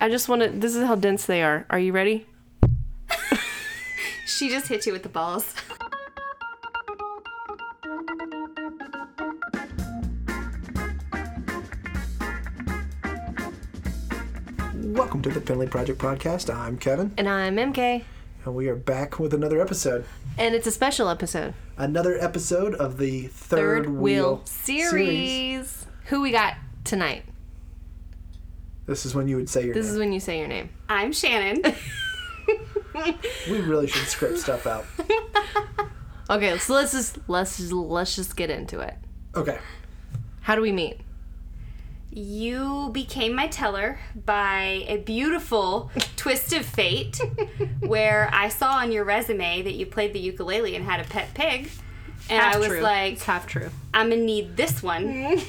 I just want to. This is how dense they are. Are you ready? She just hit you with the balls. Welcome to the Penley Project Podcast. I'm Kevin, And I'm MK, and we are back with another episode. and it's a special episode. Another episode of the Third, Third Wheel series. series. Who we got tonight? This is when you would say your This name. is when you say your name. I'm Shannon. we really should script stuff out. Okay, so let's just let's just, let's just get into it. Okay. How do we meet? You became my teller by a beautiful twist of fate where I saw on your resume that you played the ukulele and had a pet pig. And I was like, it's half true. I'm gonna need this one.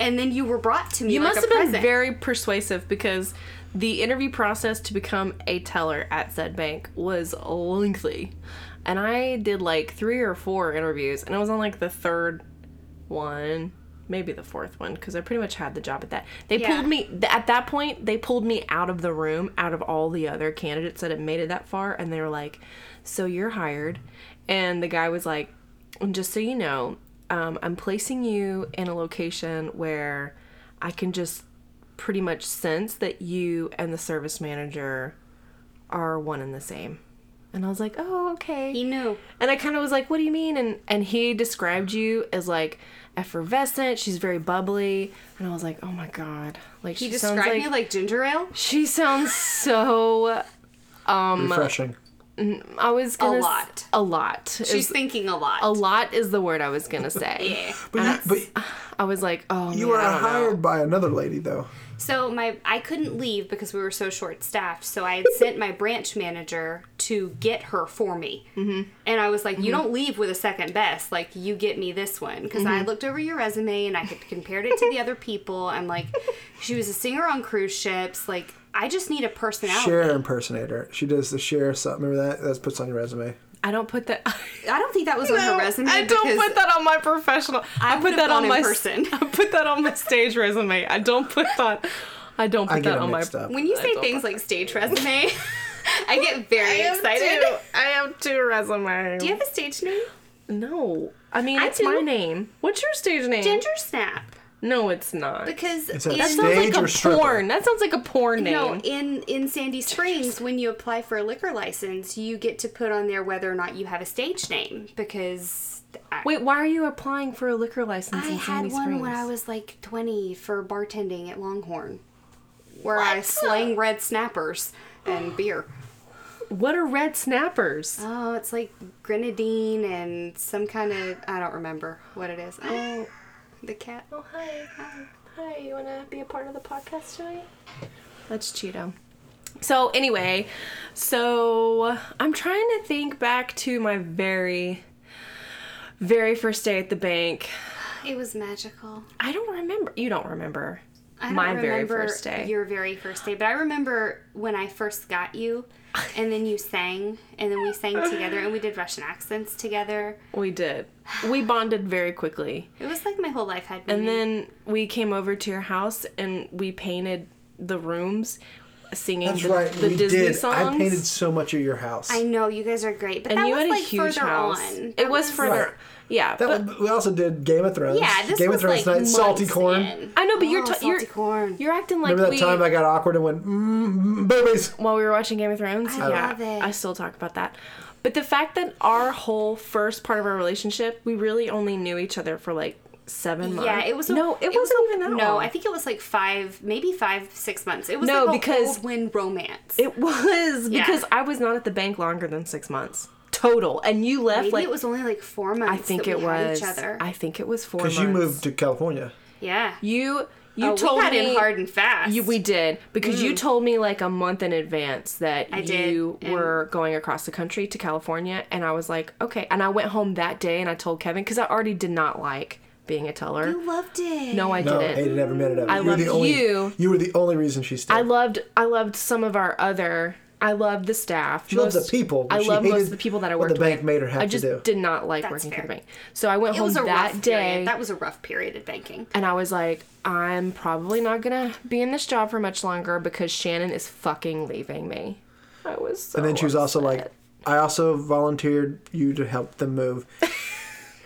and then you were brought to me. You like must a have present. been very persuasive because the interview process to become a teller at said bank was lengthy. And I did like three or four interviews, and I was on like the third one, maybe the fourth one, because I pretty much had the job at that. They Yeah. pulled me, th- at that point, they pulled me out of the room, out of all the other candidates that had made it that far, and they were like, So you're hired. And the guy was like, "And Just so you know, um, I'm placing you in a location where I can just pretty much sense that you and the service manager are one and the same. And I was like, oh, okay. He knew. And I kind of was like, "What do you mean?" And and he described you as like effervescent. She's very bubbly, and I was like, "Oh my god!" Like He she sounds described like, you like ginger ale. she sounds so. Um, Refreshing. uh, I was gonna s- lot. a lot. She's She's thinking a lot. a lot is the word I was gonna say. But you, but I was like, "Oh, you man, were I don't know." hired by another lady, though. So my I couldn't leave because we were so short staffed. So I had sent my branch manager to get her for me, mm-hmm. and I was like, "You don't leave with a second best. Like you get me this one." Because I looked over your resume and I had compared it to the other people. I'm like, she was a singer on cruise ships. Like I just need a personality. Share impersonator. She does the share stuff. Remember that? That's puts on your resume. I don't put that. I don't think that was on her resume. I don't because put that on my professional. I, put would've that gone on in my person. I put that on my stage resume. I don't put that. I don't put I get that them on my. mixed up. When you say things like stage resume, I get very excited. Have two, I have two resumes. Do you have a stage name? No, I mean I it's my do. name. What's your stage name? Ginger Snap. No, it's not. Because It's a in- that sounds Stage like or a stripper? porn. That sounds like a porn name. No, in in Sandy Springs, when you apply for a liquor license, you get to put on there whether or not you have a stage name because I, Wait, why are you applying for a liquor license I in had Sandy one Springs? when I was like 20 for bartending at Longhorn, where I slang red snappers and beer. What are red snappers? Oh, it's like grenadine and some kind of I don't remember what it is. Oh, the cat. Oh hi, hi, hi! You wanna be a part of the podcast tonight? That's Cheeto. So anyway, so I'm trying to think back to my very, very first day at the bank. It was magical. I don't remember. You don't remember. I don't my very remember first day. Your very first day, but I remember when I first got you, and then you sang, and then we sang together, and we did Russian accents together. We did. We bonded very quickly. It was like my whole life had been. And then we came over to your house and we painted the rooms singing That's the, right. the we Disney did. songs. I painted so much of your house. I know you guys are great, but that and you was had a like huge further house. on. It was for further. Yeah. that but, was, we also did Game of Thrones. Yeah, this Game was of Thrones like night. Salty months corn. in. I know, but you're Oh, ta- salty you're corn. you're acting like Remember that we time I got awkward and went, mm, mm, boobies. while we were watching Game of Thrones. I yeah, love it. I still talk about that. But the fact that our whole first part of our relationship, we really only knew each other for like seven months. Yeah, it was. a- no, it, was wasn't a- even that No, long. I think it was like five, maybe five, six months. It was No, like a because- old wind romance. It was Yeah. because I was not at the bank longer than six months total, and you left maybe like it was only like four months. I think that it we had was. each other. I think it was four. Because you months. moved to California. yeah. You you Oh, told we got me in hard and fast. Mm. You, we did because you told me like a month in advance that I did, you and- were going across the country to California, and I was like, okay. And I went home that day and I told Kevin because I already did not like being a teller. You loved it. no, I No, didn't. hated every minute of it. I you were the loved only, you. were the only reason she stayed. I loved I loved some of our other I loved the staff. She loved the people, but I she love most hated of the people that I what worked the bank with. made her have I to just do. did not like That's working for fair. the bank. So I went It home was a that rough day. period. That was a rough period at banking. and I was like, I'm probably not gonna be in this job for much longer because Shannon is fucking leaving me. I was so And then she was also like, I also volunteered you to help them move.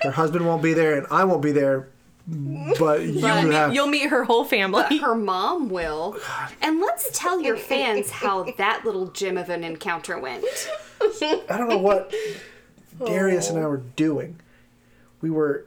Her husband won't be there and I won't be there, but you You'll have. meet, you'll meet her whole family. her mom will. And let's tell your fans how that little gem of an encounter went. I don't know what Darius and I were doing. We were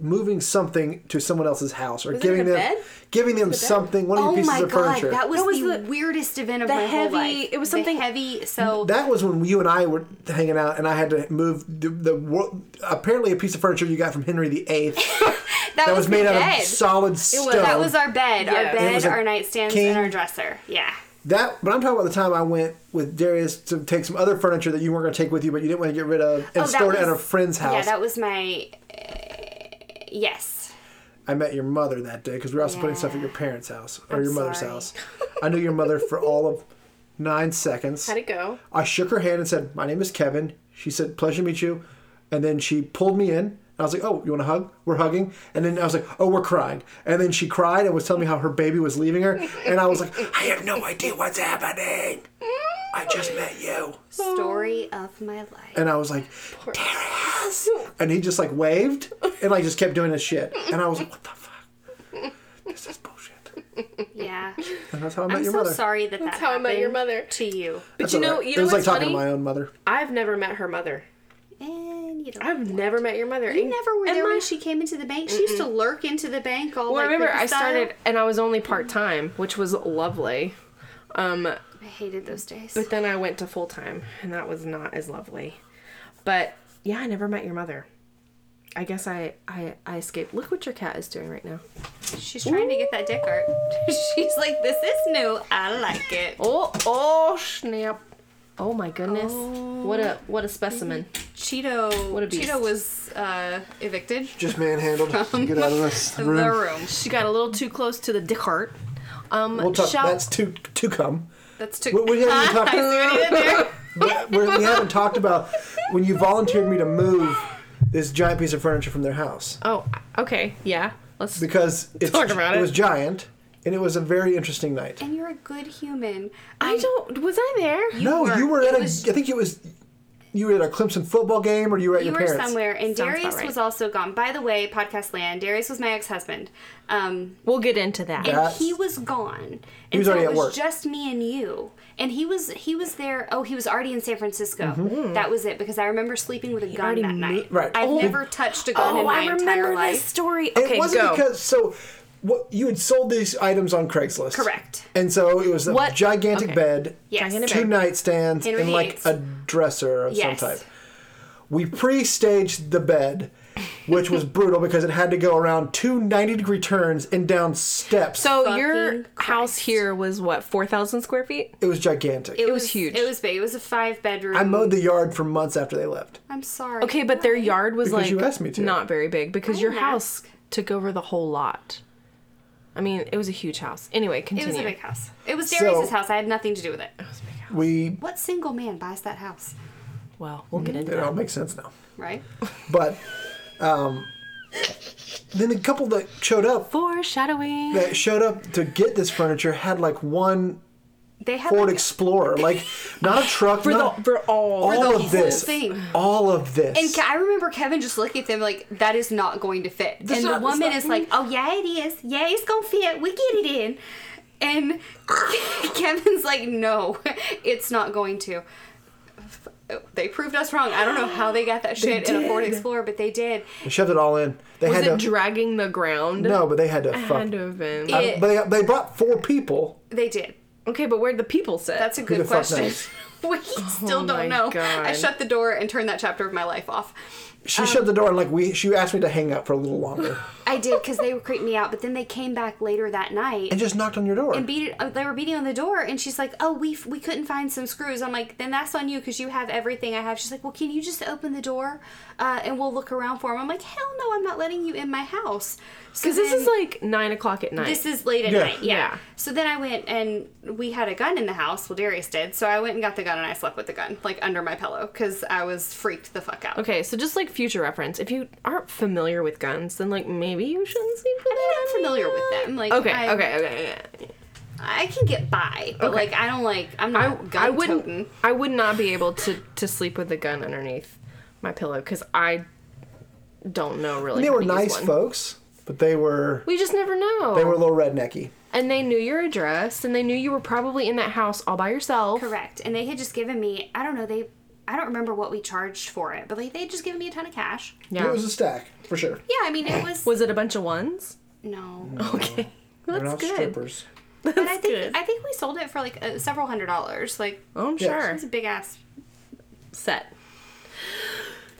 moving something to someone else's house or it giving the them bed? giving them something, one of your Oh pieces my of god, furniture. that was, That was the, the- weirdest event of the my whole heavy- life. it was The something- heavy. So That was when you and I were hanging out, and I had to move the, the wor- apparently a piece of furniture you got from Henry VIII that, that was made the out bed. of solid stone. That was our bed, Yes. our It bed, was a our nightstands, king- and our dresser. Yeah. That- but I'm talking about the time I went with Darius to take some other furniture that you weren't going to take with you, but you didn't want to get rid of, and Oh, that stored it at a was- friend's house. Yeah, that was my. Uh, yes. I met your mother that day because we were also putting stuff at your parents' house or your mother's sorry. house. I knew your mother for all of nine seconds. How'd it go? I shook her hand and said, "My name is Kevin." She said, "Pleasure to meet you," and then she pulled me in. And I was like, "Oh, you want to hug? We're hugging." And then I was like, "Oh, we're crying." And then she cried and was telling me how her baby was leaving her, and I was like, "I have no idea what's happening. I just met you." Story of my life. And I was like, "Darius," and he just like waved and like just kept doing his shit, and I was like, "What the fuck? This is bullshit." Yeah. And that's how I met I'm your so mother. sorry that that how I happened met your mother. to you. But That's you all know, right. you it know was what's like talking funny? to my own mother. I've never met her mother. And you don't. I've never met your mother. You never were there when she came into the bank. She used to lurk into the bank all Well, like remember, creepy I style. started and I was only part time, which was lovely. Um, I hated those days. but then I went to full time, and that was not as lovely. But yeah, I never met your mother. I guess I I, I escaped. Look what your cat is doing right now. She's trying to get that dick art. She's like, this is new. I like it. Oh oh snap! Oh my goodness! What a what a specimen! Cheeto. What a beast. Cheeto was uh, evicted Just manhandled. Get out of this from room. the room. She got a little too close to the dick heart. Um, We'll talk. shall- That's to to come. That's too. We, we haven't even What talked. did there? but we're- we haven't talked about when you volunteered me to move this giant piece of furniture from their house oh okay yeah. Let's because it's, Talk about it. was giant and it was a very interesting night. And you're a good human. I don't. Was I there? no, you were at a. I it was- think it was. You were at a Clemson football game, or you were at You your were parents. somewhere, and Sounds about Darius right. was also gone. By the way, podcast land. Darius was my ex-husband. Um, We'll get into that. and That's- he was gone. And was so already it at was work. just me and you. And he was he was there. Oh, he was already in San Francisco. That was it because I remember sleeping with a gun Mm. already that night. moved- Mm-hmm. Right. I've Oh. never touched a gun in my I entire remember life. this story. It Okay, wasn't go. because so. What you had sold these items on Craigslist. Correct. And so it was a What- gigantic okay. bed, Yes. Gigantic two bed. nightstands, Henry and like VIII. a dresser of Yes. some type. We pre-staged the bed, which was brutal because it had to go around two 90 degree turns and down steps. So Fucking your house Christ. here was what four thousand square feet? it was gigantic. It was huge. It was big. It was a five bedroom. I mowed the yard for months after they left. I'm sorry. Okay, but their yard was Because like you asked me to. not very big because your didn't house took over the whole lot. I mean, it was a huge house. Anyway, It continue. was a big house. It was Darius's So- house. I had nothing to do with it. We What single man buys that house, well, we'll get into it that. Mm-hmm. all makes sense now. right? But um, then the couple that showed up Foreshadowing. that uh, showed up to get this furniture had like one They had Ford like, Explorer, like not a truck, for, not the, for all. all the of whole this, thing. all of this. And Ke- I remember Kevin just looking at them like, that is not going to fit. and not- the that's woman not- is like, oh, yeah, it is. Yeah, it's going to fit. We get it in. And Kevin's like, no, it's not going to. They proved us wrong. I don't know how they got that shit in a Ford did. Explorer, but they did. They shoved it all in. They was had to it dragging the ground? no, but they had to It fuck. had to have been. It- But they, they brought four people. They did. okay, but where would the people sit? That's a Who good the fuck question. knows? we still Oh my don't know. I God. shut the door and turned that chapter of my life off. Oh. She shut the door and like we. She asked me to hang out for a little longer I did because they were creeping me out, but then they came back later that night and just knocked on your door. and beat it, uh, they were beating on the door and she's like oh we f- we couldn't find some screws i'm like then that's on you because you have everything i have she's like well can you just open the door uh, and we'll look around for them i'm like hell no i'm not letting you in my house Because this is like nine o'clock at night. this is late at Yeah. night yeah. Yeah. so then i went and we had a gun in the house well darius did so i went and got the gun and i slept with the gun like under my pillow because i was freaked the fuck out okay, so just like future reference, if you aren't familiar with guns, then like maybe you shouldn't sleep with them. i'm familiar with them like Okay, I, okay, okay, okay. i can get by but like i don't like i'm not I, gun I wouldn't. toting. I would not be able to to sleep with a gun underneath my pillow because I don't know really. they how were to use nice one. folks, but they were We just never know. they were a little rednecky. and they knew your address, and they knew you were probably in that house all by yourself. Correct. And they had just given me, I don't know, they, I don't remember what we charged for it, but like they had just given me a ton of cash. Yeah. It was a stack for sure. Yeah, I mean, it was, was it a bunch of ones? no. Okay, They're that's not good. strippers. but I think, good. I think we sold it for like uh, several hundred dollars. Like, Oh, I'm Yes. sure. it's a big ass. Set.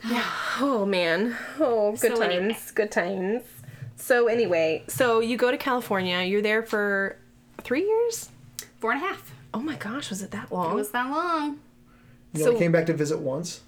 Oh man. Oh, good So times. anyway. Good times. So anyway, so you go to California. You're there for three years. Four and a half. Oh my gosh, was it that It long? was that long. You So- only came back to visit once.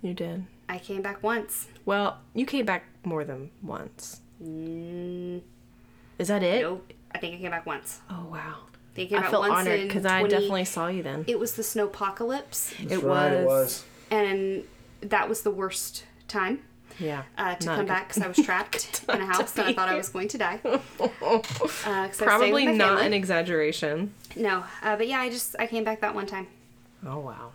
you did. I came back once. Well, you came back more than once. Is that it? Mm. Nope. I think I came back once. Oh wow. I think I came I back felt once honored in because I 20 definitely saw you then. It was the snowpocalypse, That's right, It was. and that was the worst time. Yeah. Uh, to Not a come good- back because I was trapped in a house and I thought I was going to die. Uh, 'cause I was staying Probably with my not family. an exaggeration. No, uh, but yeah, I just I came back that one time. Oh wow.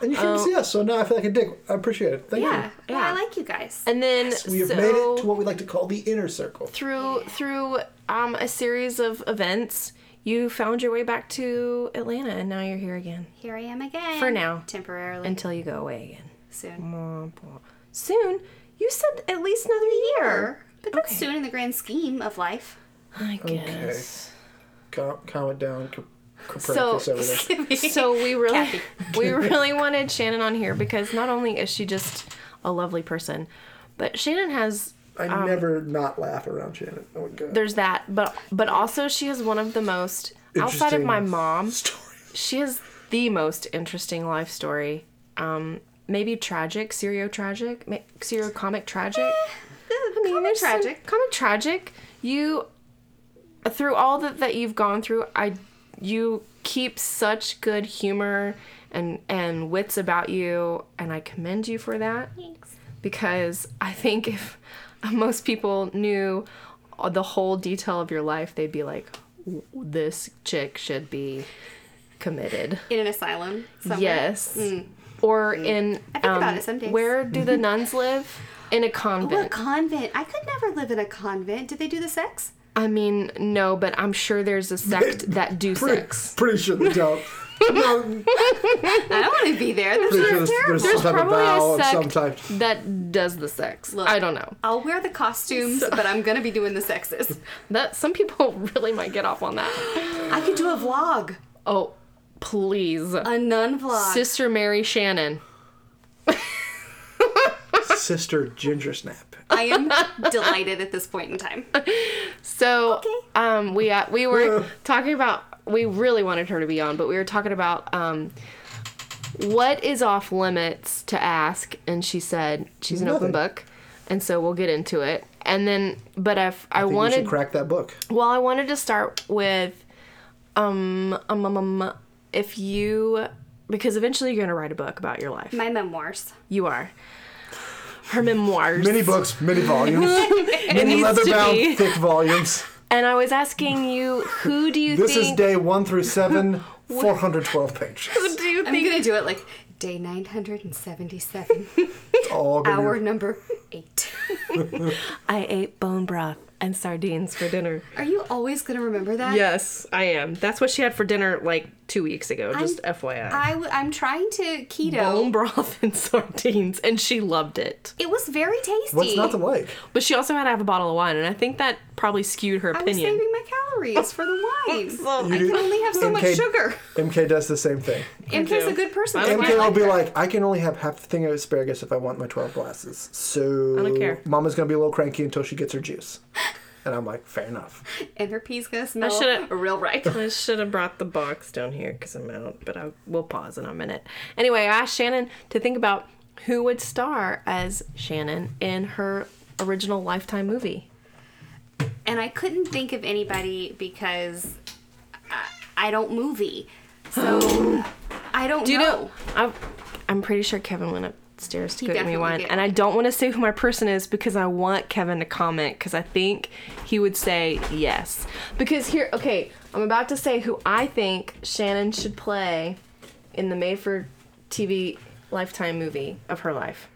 And you came to see us, so now I feel like a dick. I appreciate it. Thank Yeah, Um, Yeah. yeah, I like you guys. And then you. We have so, made it to what we like to call the inner circle. through through um, a series of events, you found your way back to Atlanta, and now you're here again Here I am again For now. temporarily until you go away again. soon. Soon, you said at least another year. But that's soon in the grand scheme of life. I guess. Com- comment down. Ca- So- Copernicus over there. So we really Kathy. we really wanted Shannon on here because not only is she just a lovely person, but Shannon has I never not laugh around Janet. Oh my god. there's that, but but also she has one of the most outside of Interesting my mom. Story. she has the most interesting life story. Um, maybe tragic, serio tragic, ma- serio comic tragic. I mean, comic there's some- tragic. comic tragic. You through all that that you've gone through, I you keep such good humor and and wits about you, and I commend you for that Thanks. because I think if most people knew the whole detail of your life, they'd be like, "W- this chick should be committed. In an asylum somewhere. Yes. Or in. um, Mm. I think about it some days. Where do the nuns live? In a Well, a convent. convent. I could never live in a convent. Did they do the sex? I mean, no, but I'm sure there's a sect that do Pretty, sex. pretty sure they don't. no, I don't want to be there. That's pretty sure terrible. there's, There's there's some type of probably vow a of some sect type. that does the sex. Look. I don't know. I'll wear the costumes, but I'm gonna be doing the sexes. That some people really might get off on that. I could do a vlog, Oh, please, a nun vlog. Sister Mary Shannon. Sister Ginger Snap. I am delighted at this point in time. So Okay. um, we uh, we were Yeah. talking about we really wanted her to be on, but we were talking about um, what is off limits to ask, and she said she's an open Nothing. book, and so we'll get into it. And then, but if I, I think we wanted, should crack that book. well, I wanted to start with um, um, um, um if you because eventually you're gonna write a book about your life. My memoirs. You are her memoirs. Many books, many volumes, many needs to be. leather-bound thick volumes. and I was asking you, who do you This think? is day one through seven, 412 pages. do you I'm gonna do it like day 977, All gonna be- hour number eight. I ate bone broth and sardines for dinner. Are you always gonna remember that? Yes, I am. That's what she had for dinner like two weeks ago. Just I'm- FYI. I w- I'm trying to keto. Bone broth and sardines, and she loved it. It was very tasty. What's not to like? But she also had to have a bottle of wine, and I think that probably skewed her I was opinion. saving my calories for the wine. So- I can only have so much MK sugar. MK does the same thing. MK's a good person. That's why MK I will like be her. like, I can only have half the thing of asparagus if I want my 12 glasses. So don't care. Mama's going to be a little cranky until she gets her juice. And I'm like, fair enough. and her pea's gonna smell should've- real right. I should have brought the box down here because I'm out, but I will pause in a minute. Anyway, I asked Shannon to think about who would star as Shannon in her original Lifetime movie. and I couldn't think of anybody because I, I don't movie, so I don't Do you know. know? I'm, I'm pretty sure Kevin went upstairs to go get me definitely one, did. and I don't want to say who my person is because I want Kevin to comment because I think he would say yes. Because here, okay, I'm about to say who I think Shannon should play in the made for TV Lifetime movie of her life.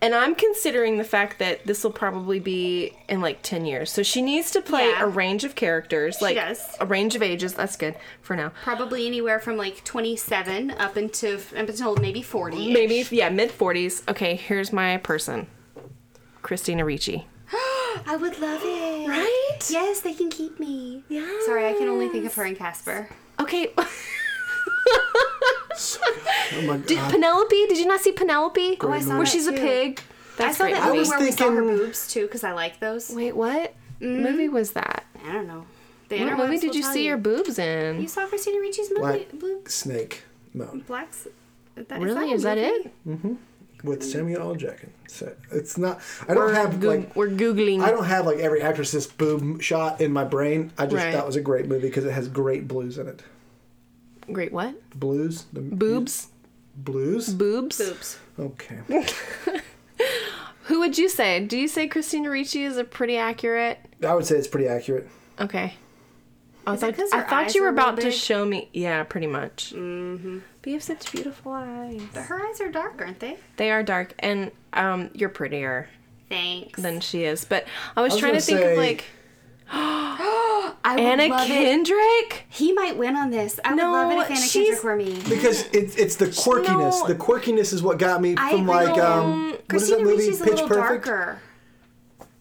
And I'm considering the fact that this will probably be in like 10 years. So she needs to play Yeah. a range of characters, like does. a range of ages. That's good for now. Probably anywhere from like 27 up into up until maybe 40. maybe yeah mid 40s okay here's my person christina ricci I would love it. Right? Yes, they can keep me. Yeah. Sorry, I can only think of her and Casper. okay Oh my God. did, penelope did you not see penelope Oh, I saw where that she's a too. pig that's I saw great that movie movie. where we saw her thinking- boobs too, because I like those. wait what movie was that I don't know. The what inner movie ones did Mm-hmm. will you tell see your boobs in You saw Christina Ricci's movie, Black Blue Snake Moan Blacks. That, really a is that movie? it with Samuel L. Jackson. So it's not, I don't have Goog- like. we're googling I don't have like every actress's boob shot in my brain. I just Right. that was a great movie because it has great blues in it. great what Mm-hmm. Blues, the boobs blues. boobs Boobs. Okay, who would you say do you say christina ricci is a pretty accurate I would say it's pretty accurate. Okay. I Is it thought, 'cause I her thought eyes you were are real about to big? show me. Yeah, pretty much. Mm-hmm. But you have such beautiful eyes. But her eyes are dark, aren't they? They are dark, and um, you're prettier Thanks. than she is. But I was, was trying to gonna think say- of like I would Anna love it. Kendrake. He might win on this. I No, would love it if Anna she's- Kendrick were me. Because it's it's the quirkiness. No. The quirkiness is what got me I from agree. like um what is that Christina movie? Ricci's a Pitch little Perfect. darker.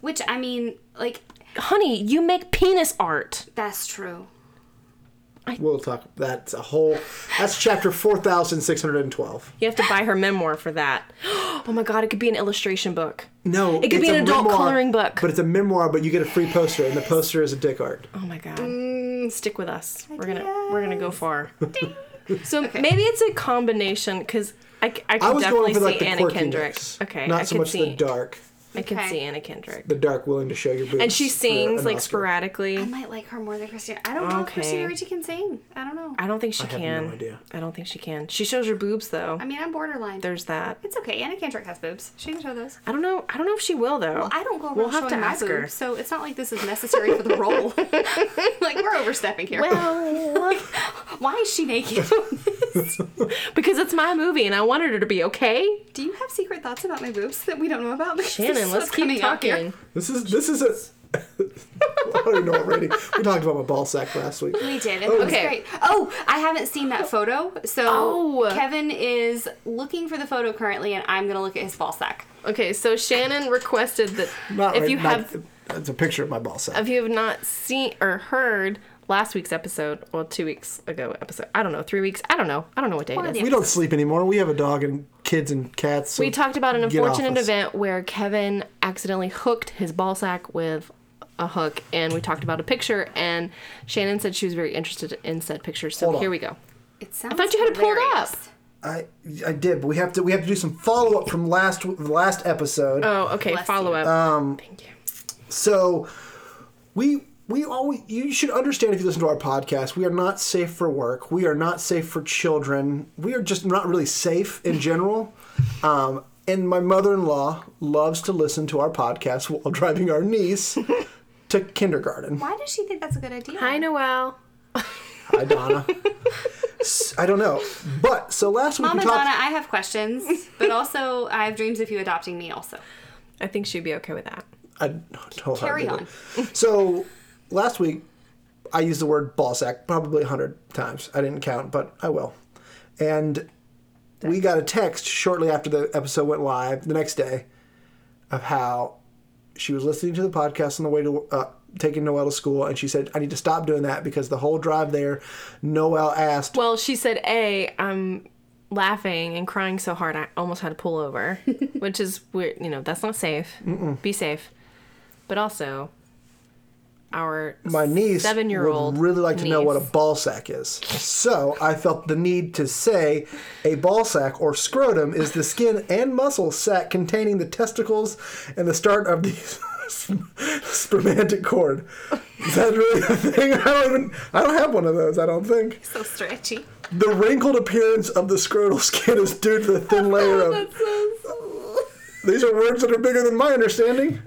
Which I mean, like Honey, you make penis art. that's true. We'll talk. That's a whole. That's chapter four thousand six hundred and twelve. You have to buy her memoir for that. Oh my god, it could be an illustration book. No, It could be it's an a adult memoir, coloring book. But it's a memoir, but you get a free poster, and the poster is a dick art. Oh my god. Mm, Stick with us. We're gonna we're gonna go far. so Okay. maybe it's a combination because I, c- I could I was definitely going for see like the Anna quirkiness, Kendrick. Okay, not I so could much see. the dark. I can Okay. see Anna Kendrick. The dark willing to show your boobs. And she for sings an like Oscar. I sporadically. might like her more than Christina. I don't know if Okay. Christina Ricci can sing. I don't know. I don't think she have can. no idea. I don't think she can. She shows her boobs though. I mean, I'm borderline. There's that. it's okay. Anna Kendrick has boobs. She can show those. I don't know. I don't know if she will though. I don't go around We'll have to showing my ask boobs, her. so it's not like this is necessary for the role. like we're overstepping here. Well, Why is she naked? because it's my movie and I wanted her to be okay. Do you have secret thoughts about my boobs that we don't know about? Because this Shannon, is let's what's keep coming out here. talking. This is this is a. I don't even know already. We talked about my ball sack last week. We did. And that was Okay. great. Oh, I haven't seen that photo. So Oh. Kevin is looking for the photo currently, and I'm gonna look at his ball sack. Okay, so Shannon requested that Not if right, you not- have It's a picture of my ball sack. if you have not seen or heard last week's episode, well, two weeks ago episode, I don't know, three weeks, I don't know, I don't know what day One of it the is. We don't sleep anymore. We have a dog and kids and cats. so We talked about an get off unfortunate us. event where Kevin accidentally hooked his ball sack with a hook, and we talked about a picture, and Shannon said she was very interested in said picture, so Hold on. here we go. It sounds. thought you had it pulled hilarious. up. I I did, but we have to we have to do some follow up from last last episode. Oh, okay, Bless follow up. Um, Thank you. So we we always you should understand if you listen to our podcast, we are not safe for work. We are not safe for children. We are just not really safe in general. Um, and my mother-in-law loves to listen to our podcast while driving our niece to kindergarten. Why does she think that's a good idea? Hi, Noelle. Hi, Donna. S- I don't know, but so last week Mama we talked. Donna, I have questions, but also I have dreams of you adopting me. Also, I think she'd be okay with that. I don't Carry hardly- on. So last week, I used the word ball sack probably a hundred times. I didn't count, but I will. And we got a text shortly after the episode went live the next day of how she was listening to the podcast on the way to uh, taking Noel to school, and she said, "I need to stop doing that because the whole drive there, Noel asked." Well, she said, "A, I'm laughing and crying so hard I almost had to pull over," which is weird. You know, that's not safe. Be safe. But also, our my niece seven-year-old would really like to know what a niece. ball sack is. So I felt the need to say a ball sack or scrotum is the skin and muscle sac containing the testicles and the start of the spermatic cord. Is that really a thing? I don't even. I don't have one of those. I don't think. So stretchy. The wrinkled appearance of the scrotal skin is due to the thin layer of. These are words that are bigger than my understanding.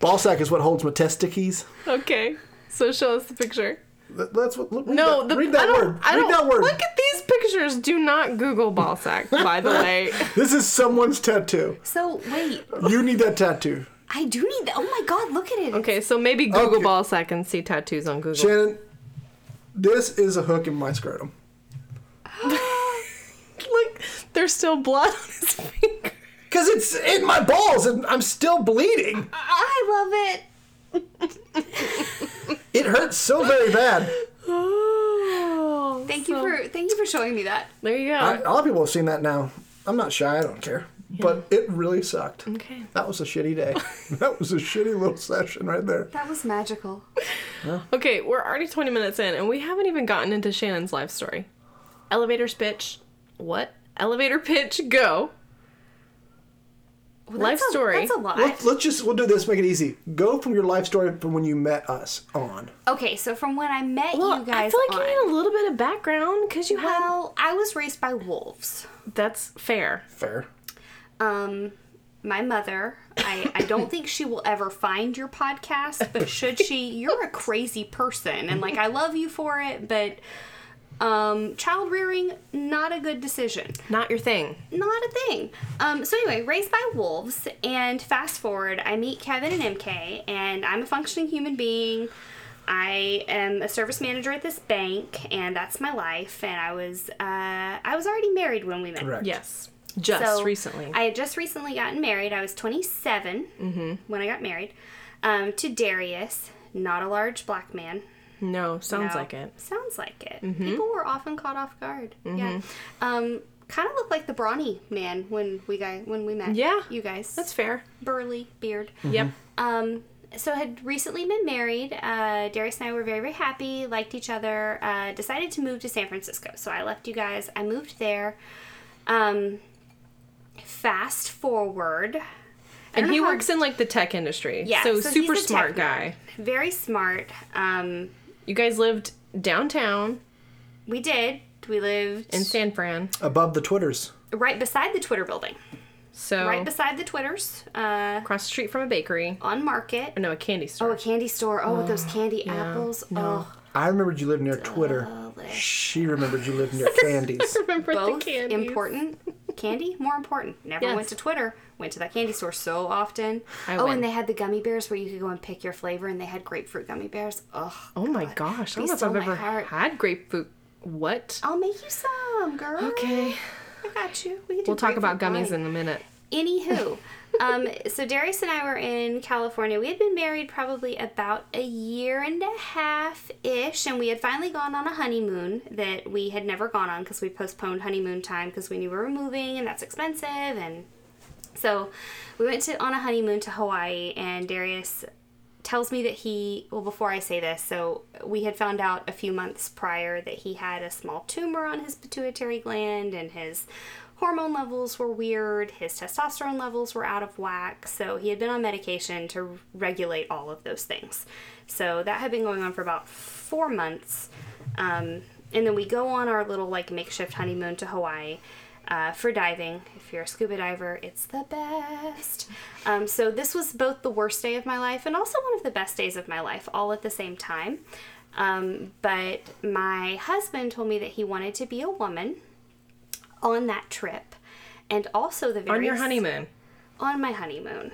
ball sack is what holds my testicles. okay. So show us the picture. Th- That's what. Look, read No, that, the, read that I don't, word. I don't, read that word. Look at these pictures. Do not Google ball sack. By the way, This is someone's tattoo. So wait, You need that tattoo, I do need that. Oh my god, look at it. okay. So maybe Google Okay. ball sack and see tattoos on Google. Shannon. This is a hook in my scrotum. Look, there's still blood on his finger. Cause it's in my balls and I'm still bleeding. I love it. It hurts so very bad. Oh, Thank you for thank you for showing me that. There you go. I, a lot of people have seen that now. I'm not shy. I don't care. But it really sucked. okay. That was a shitty day. that was a shitty little session right there. That was magical. Okay, we're already 20 minutes in and we haven't even gotten into Shannon's life story. Elevator pitch. What? Elevator pitch, go. Well, Life that's a- story. That's a lot. Let's, let's just we'll do this. Make it easy. Go from your life story from when you met us on. Okay, so from when I met Well, you guys I feel like on, you need a little bit of background because you had. well, I was raised by wolves. That's fair. Fair. Um, my mother. I, I don't think she will ever find your podcast, but should she, you're a crazy person, and like I love you for it, but um, child rearing not a good decision. Not your thing. not a thing. Um, so anyway, raised by wolves, and fast forward, I meet Kevin and MK, and I'm a functioning human being. I am a service manager at this bank, and that's my life. And I was uh, I was already married when we met. Correct. Yes. Just recently. I had just recently gotten married. I was 27 Mm-hmm. when I got married um, to Darius, not a large black man. no, sounds No. like it. Mm-hmm. Sounds like it. People were often caught off guard. Yeah. Um, kind of looked like the brawny man when we guy when we met. Yeah. You guys. That's fair. burly beard. Yep. Um, so had recently been married. Uh, Darius and I were very very happy. Liked each other. Uh, decided to move to San Francisco. So I left you guys. I moved there. Um, fast forward. I don't And he know how- works in like the tech industry. Yeah, So, so he's super a tech smart guy. nerd. Very smart. Um, You guys lived downtown we did. We lived in San Fran. Above the twitters. right beside the Twitter building. So right beside the Twitters, uh, across the street from a bakery. on Market. No, a candy Oh, store. a candy store. Oh, with those candy apples. Oh, I remembered you lived near Twitter. Delish. She remembered you lived near candies. Remember both the candies. important. Candy more important. Never Yes. went to Twitter. Went to that candy store so often. I oh, win. and they had the gummy bears where you could go and pick your flavor, and they had grapefruit gummy bears. Oh, Oh my gosh, I don't They know if stole I've my ever heart. had grapefruit. What? I'll make you some, girl. Okay, I got you. We can do we'll talk about grapefruit gummies wine. in a minute. Anywho, um, so Darius and I were in California. We had been married probably about a year and a half ish, and we had finally gone on a honeymoon that we had never gone on because we postponed honeymoon time because we knew we were moving and that's expensive. And so we went to, on a honeymoon to Hawaii, and Darius tells me that he well before i say this so we had found out a few months prior that he had a small tumor on his pituitary gland and his hormone levels were weird his testosterone levels were out of whack so he had been on medication to regulate all of those things so that had been going on for about four months um, and then we go on our little like makeshift honeymoon to Hawaii uh, for diving. If you're a scuba diver, it's the best. Um, so this was both the worst day of my life and also one of the best days of my life, all at the same time. Um, but my husband told me that he wanted to be a woman on that trip. and also the very on your s- honeymoon. on my honeymoon.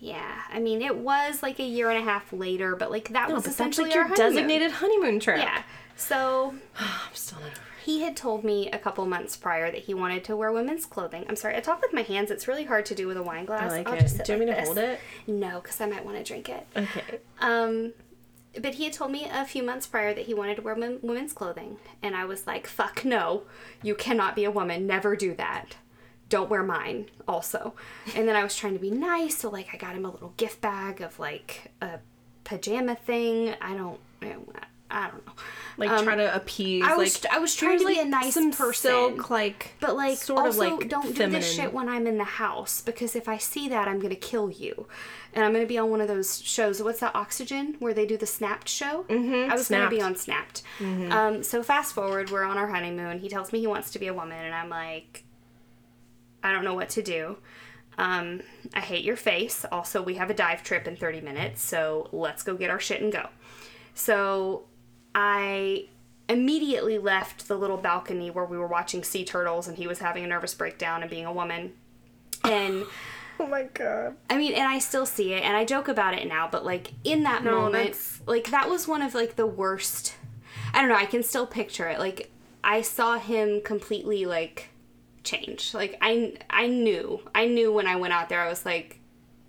Yeah, I mean it was like a year and a half later, but like that was Oh, But that's essentially like your our honeymoon. designated honeymoon trip. Yeah, so I'm still not over it. he had told me a couple months prior that he wanted to wear women's clothing. I'm sorry, I talk with my hands. It's really hard to do with a wine glass. like I'll it. just sit Do you want like me to hold this. it? No, because I might want to drink it. Okay. Um, but he had told me a few months prior that he wanted to wear wom- women's clothing, and I was like, "Fuck no, you cannot be a woman. Never do that. Don't wear mine." Also, and then I was trying to be nice, so like I got him a little gift bag of like a pajama thing. I don't, I don't know. Like try to appease. Um, I was- like, I was trying there's, to be like, a nice some person. silk, like, But like, sort also of like don't do feminine. this shit when I'm in the house because if I see that, I'm gonna kill you, and I'm gonna be on one of those shows. What's that Oxygen where they do the Snapped show? Mm-hmm, I was gonna be Snapped. Mm-hmm. on Snapped. Um, so fast forward, we're on our honeymoon. He tells me he wants to be a woman, and I'm like, I don't know what to do. Um, I hate your face. Also, we have a dive trip in 30 minutes, so let's go get our shit and go. So I immediately left the little balcony where we were watching sea turtles and he was having a nervous breakdown and being a woman. And oh my god. I mean, and I still see it and I joke about it now, but like in that moment, that's- like that was one of like the worst. I don't know, I can still picture it. Like I saw him completely like change. Like I I knew. I knew when I went out there I was like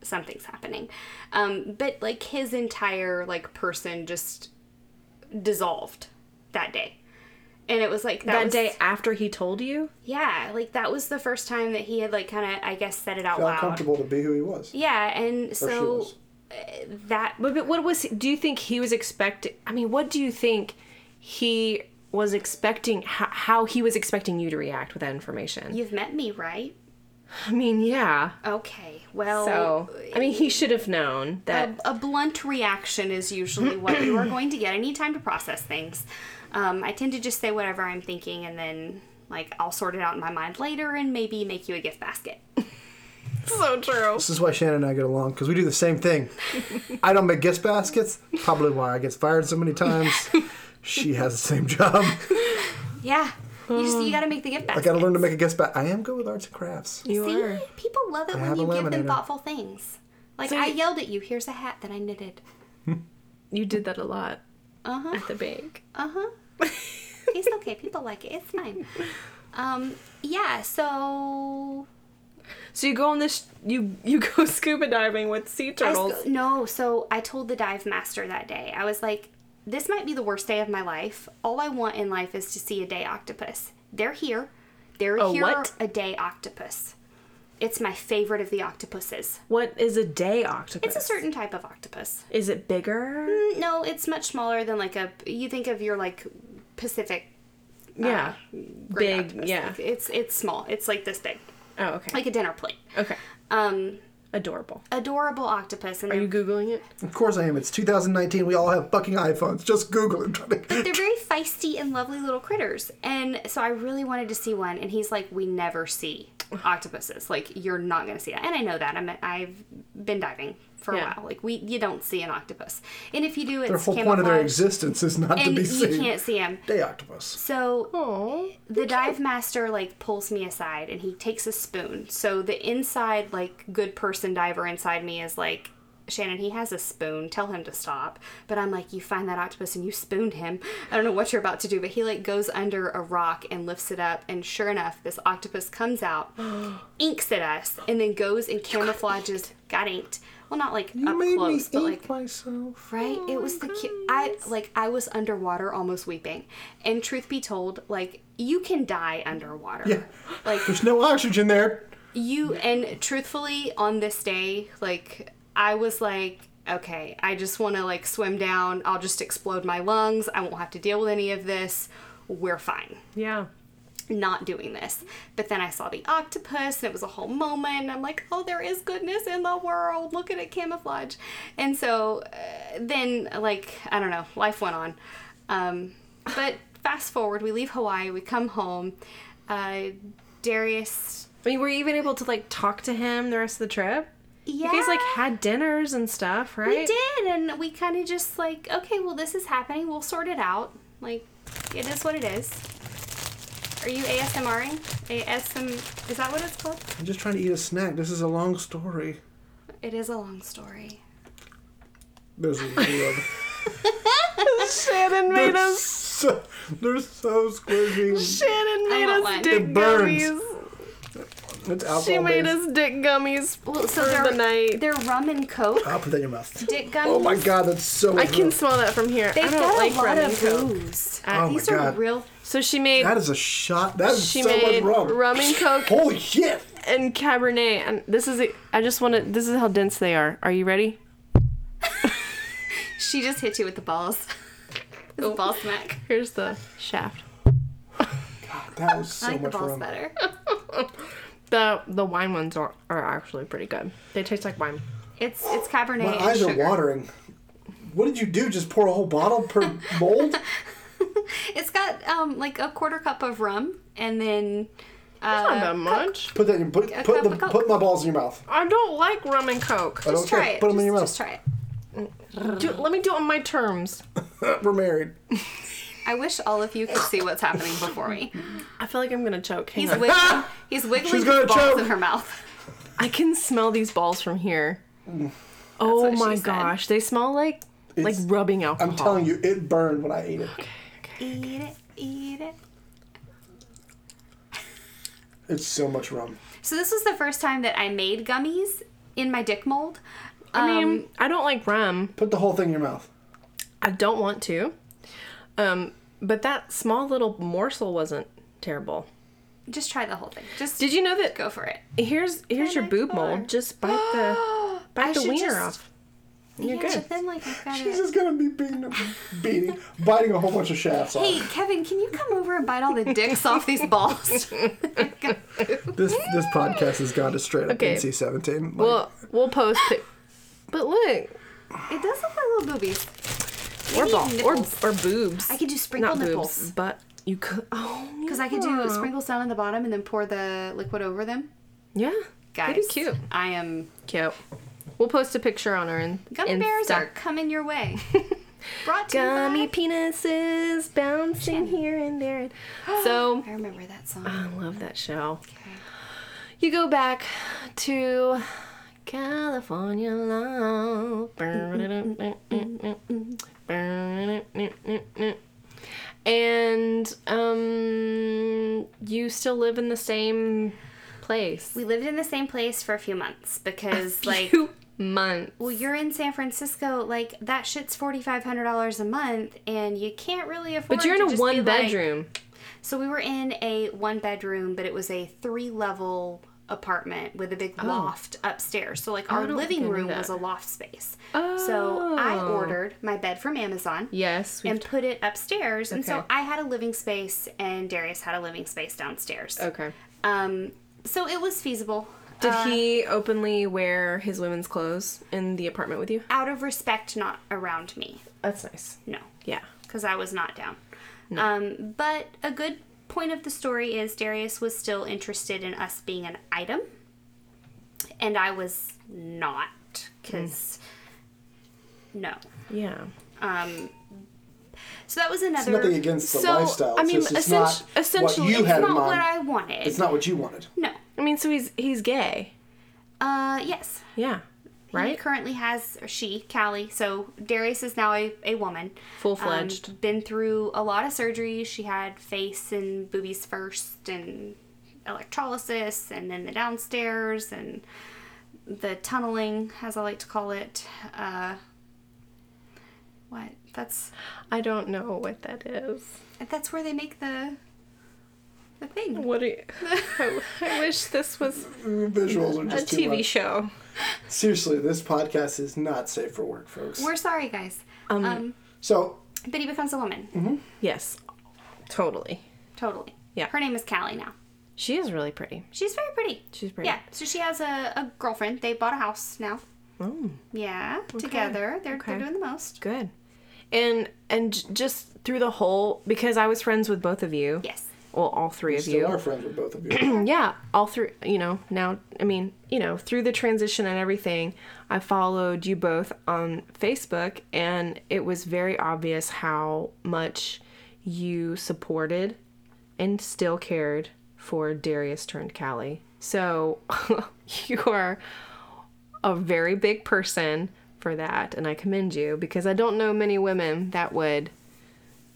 something's happening. Um but like his entire like person just dissolved that day. And it was like that, That was- day after he told you? Yeah, like that was the first time that he had like kind of I guess said it out Felt loud. comfortable to be who he was. Yeah, and Or she so uh, was. that But, but what was do you think he was expecting? I mean, what do you think he was expecting? How, how he was expecting you to react with that information? you've met me, right? I mean, yeah. Okay. Well, So I mean, he should have known that. a, a blunt reaction is usually what you are going to get. I need time to process things. Um, I tend to just say whatever I'm thinking, and then like I'll sort it out in my mind later, and maybe make you a gift basket. so true. This is why Shannon and I get along because we do the same thing. I don't make gift baskets. Probably why I get fired so many times. she has the same job. Yeah. You just you got to make the gift I basket. gotta learn to make a gift basket. I am good with arts and crafts. You See, are. people love it when have you a give them laminator. thoughtful things. Like So I you- yelled at you. Here's a hat that I knitted. You did that a lot Uh huh. at the bank. Uh huh. it's okay. People like it. It's fine. Um. Yeah. So So you go on this. You you go scuba diving with sea I turtles. sp- no, so I told the dive master that day. I was like, this might be the worst day of my life. All I want in life is to see a day octopus. They're here. They're A here what? a day octopus. It's my favorite of the octopuses. what is a day octopus? It's a certain type of octopus. Is it bigger? Mm, No, it's much smaller than like a you think of your like Pacific yeah. Mm, uh, great Big, octopus. yeah. Like, it's it's small. It's like this big. Oh, okay. Like a dinner plate. okay. Um Adorable. adorable octopus and Are they're you googling it? Of course I am. It's 2019. We all have fucking iPhones. Just Google and try to. they're very feisty and lovely little critters. And so I really wanted to see one. And he's like, we never see octopuses. Like you're not gonna see that. And I know that. I'm I've been diving for Yeah. a while. Like we you don't see an octopus. And if you do, it's Their whole camouflage. point of their existence is not to and be you seen. can't see them. Day octopus. So Oh. the dive master like pulls me aside and he takes a spoon. So the inside like good person diver inside me is like Shannon, he has a spoon. Tell him to stop. But I'm like, you find that octopus and you spooned him. I don't know what you're about to do, but he like goes under a rock and lifts it up, and sure enough, this octopus comes out, inks at us, and then goes and camouflages. Got inked. Well, not like You up made close, me but eat like myself. Right? it was the cute. I like I was underwater almost weeping. And truth be told, like you can die underwater. Yeah. Like There's no oxygen there. you and truthfully on this day, like I was like okay, I just want to like swim down. I'll just explode my lungs. I won't have to deal with any of this. We're fine Yeah. not doing this. But then I saw the octopus and it was a whole moment. and I'm like, oh, there is goodness in the world. Look at it camouflage. And so uh, then, like, I don't know, life went on. Um, but fast forward, we leave Hawaii, we come home. Uh, Darius. I mean, were you even able to like talk to him the rest of the trip? Yeah. You guys like had dinners and stuff, right? We did, and we kind of just like, okay, well, this is happening. We'll sort it out. Like, it is what it is. Are you ASMRing? ASM. Is that what it's called? I'm just trying to eat a snack. This is a long story. It is a long story. There's a video of Shannon made They're us. so, they're so squishy. Shannon made want us one. dick It burns. gummies. It's alcohol She made based. us dick gummies Well, so for they're, the night. they're rum and coke. I'll put that in your mouth. Dick gummies. Oh my god, that's so. I can gross. smell that from here. They've I got don't like a lot rum and of coke. booze. Uh, Oh my These are God. real. So she made That is a shot. That is she so much made wrong. rum and coke Holy shit! and cabernet. And this is it. I just want to. This is how dense they are. Are you ready? She just hit you with the balls. It's a Oh. ball smack. Here's the shaft. That was so I like the much balls wrong. better. The the wine ones are, are actually pretty good. They taste like wine. It's it's cabernet My and eyes are sugar. watering. What did you do? Just pour a whole bottle per mold? It's got um like a quarter cup of rum and then That's not that uh, much. Put that in. Put, A put cup the of Coke. put my balls in your mouth. I don't like rum and coke. I don't just care. try it. Put them just, in your just mouth. try it. Do, let me do it on my terms. We're married. I wish all of you could see what's happening before me. I feel like I'm gonna choke. Hang He's on. wiggling. He's wiggling She's his gonna balls choke. in her mouth. I can smell these balls from here. Oh what she my said. gosh, they smell like like It's- rubbing alcohol. I'm telling you, it burned when I ate it. Eat it, eat it. It's so much rum. So this was the first time that I made gummies in my dick mold. Um, I mean, I don't like rum. Put the whole thing in your mouth. I don't want to. Um, but that small little morsel wasn't terrible. just try the whole thing. Just Did you know that? go for it. Here's here's your I boob pour? mold. Just bite the I bite the should wiener just- off. You're yeah, good. But then, like, I've got She's just gonna be beating, beating, biting a whole bunch of shafts off. Hey, Kevin, can you come over and bite all the dicks off these balls? This this podcast has gone to straight up Okay. NC-17. Like, We'll we'll post it. But look, It does look like little boobies. or need ball or nipples. or boobs. I could do sprinkle Not boobs, nipples. but you could. Oh, Because I could do sprinkles down on the bottom and then pour the liquid over them. Yeah, Guys, pretty cute. I am. Cute. We'll post a picture on our in- Gummy Insta. bears are coming your way. Brought to Gummy you by- penises bouncing here and there. and- So I remember that song. I love that show. Okay. You go back to California love, and um, you still live in the same place. We lived in the same place for a few months because, like, Two months. well, you're in San Francisco. Like, that shit's forty five hundred dollars a month, and you can't really afford. But you're to in a just be one like- bedroom. So we were in a one bedroom, but it was a three level apartment with a big loft upstairs. So like our don't think living Oh. I knew room that. was a loft space. So I Oh. ordered my bed from Amazon yes. we- and put it upstairs. And so Okay. I had a living space and Darius had a living space downstairs. okay. Uh, Um so it was feasible. Did he openly wear his women's clothes in the apartment with you? Out of respect not around me. That's nice. No. Yeah. because I was not down. Um, but a good point of the story is Darius was still interested in us being an item, and I was not because Hmm. no. Um, Yeah. So that was it's another. nothing against the So, lifestyle. I It's mean, just, it's essen- not essentially, what you it's had not in mind. what I wanted. It's not what you wanted. no. I mean, so he's he's gay. Uh, yes. Yeah. He Right? currently has or she Callie. So Darius is now a, a woman, Full-fledged. Um, been through a lot of surgeries. She had face and boobies first, and electrolysis, and then the downstairs and the tunneling, as I like to call it. Uh, what? That's I don't know what that is. that's where they make the the thing. What do you, I, I wish this was Visuals are a just too TV much. show. Seriously, this podcast is not safe for work, folks. We're sorry, guys. Um, um so but he becomes a woman. Yes. Totally. Totally. Yeah. Her name is Callie now. She is really pretty. She's very pretty. She's pretty. Yeah, so she has a, a girlfriend. They bought a house now. Oh, Yeah, together. They're, Okay. they're doing the most. good. And and j- just through the whole because I was friends with both of you. Yes. Well, all three of you. still are friends with both of you. yeah all through you know now i mean you know through the transition and everything i followed you both on facebook and it was very obvious how much you supported and still cared for Darius turned Callie. So you are a very big person for that, and I commend you because I don't know many women that would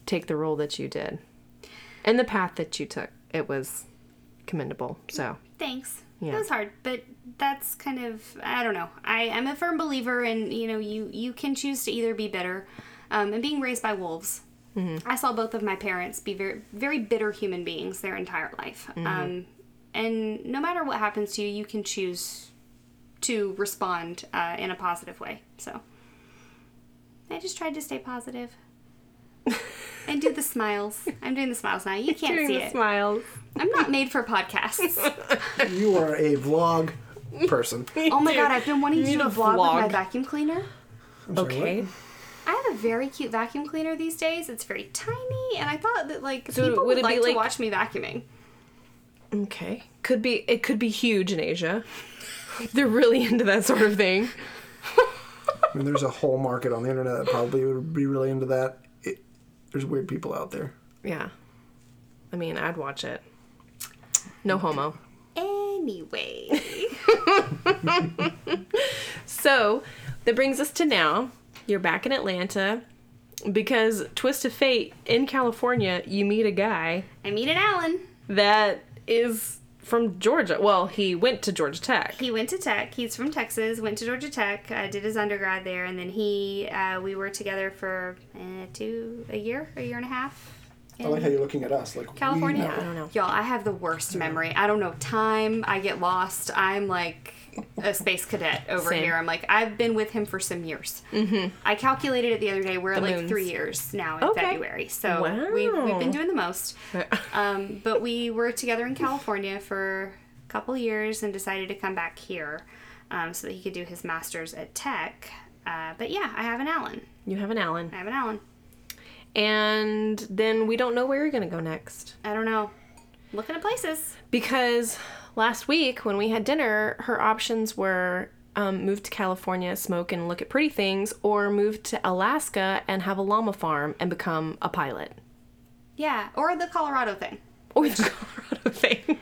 take the role that you did and the path that you took. It was commendable. So Thanks. Yeah. That was hard, but that's kind of I don't know. I am a firm believer in you know you you can choose to either be bitter, um, and being raised by wolves. Mm-hmm. I saw both of my parents be very very bitter human beings their entire life, Mm-hmm. um, and no matter what happens to you, you can choose to respond uh, in a positive way. So I just tried to stay positive. and do the smiles. I'm doing the smiles now. You can't doing see the it. smiles. I'm not made for podcasts. You are a vlog person. Oh my god, I've been wanting to need do a a vlog, with my vlog. vacuum cleaner. Okay. I have a very cute vacuum cleaner these days. It's very tiny, and I thought that like So people would would it be like, like- to watch me vacuuming. Okay. Could be it could be huge in Asia. They're really into that sort of thing. I mean, there's a whole market on the internet that probably would be really into that. It, there's weird people out there. Yeah. I mean, I'd watch it. No homo. Anyway, So, that brings us to now. You're back in Atlanta because twist of fate in California, you meet a guy I meet an Alan. that is from Georgia. Well, he went to Georgia Tech. He went to Tech. He's from Texas. Went to Georgia Tech. Uh, did his undergrad there, and then he uh, we were together for uh, two a year, a year and a half. I like how you're looking at us, like California. I don't know. Y'all, I have the worst memory. I don't know time. I get lost. I'm like a space cadet over Same. here. I'm like I've been with him for some years. Mm-hmm. I calculated it the other day. We're at like moons. three years now in Okay. February. So Wow. we, we've been doing the most. Um, but we were together in California for a couple years and decided to come back here um, so that he could do his master's at Tech. Uh, but yeah, I have an Allen. You have an Allen. I have an Allen. And then we don't know where you're going to go next. I don't know. Looking at places. because last week when we had dinner, her options were um, move to California, smoke and look at pretty things, or move to Alaska and have a llama farm and become a pilot. Yeah, or the Colorado thing. Or the Colorado thing.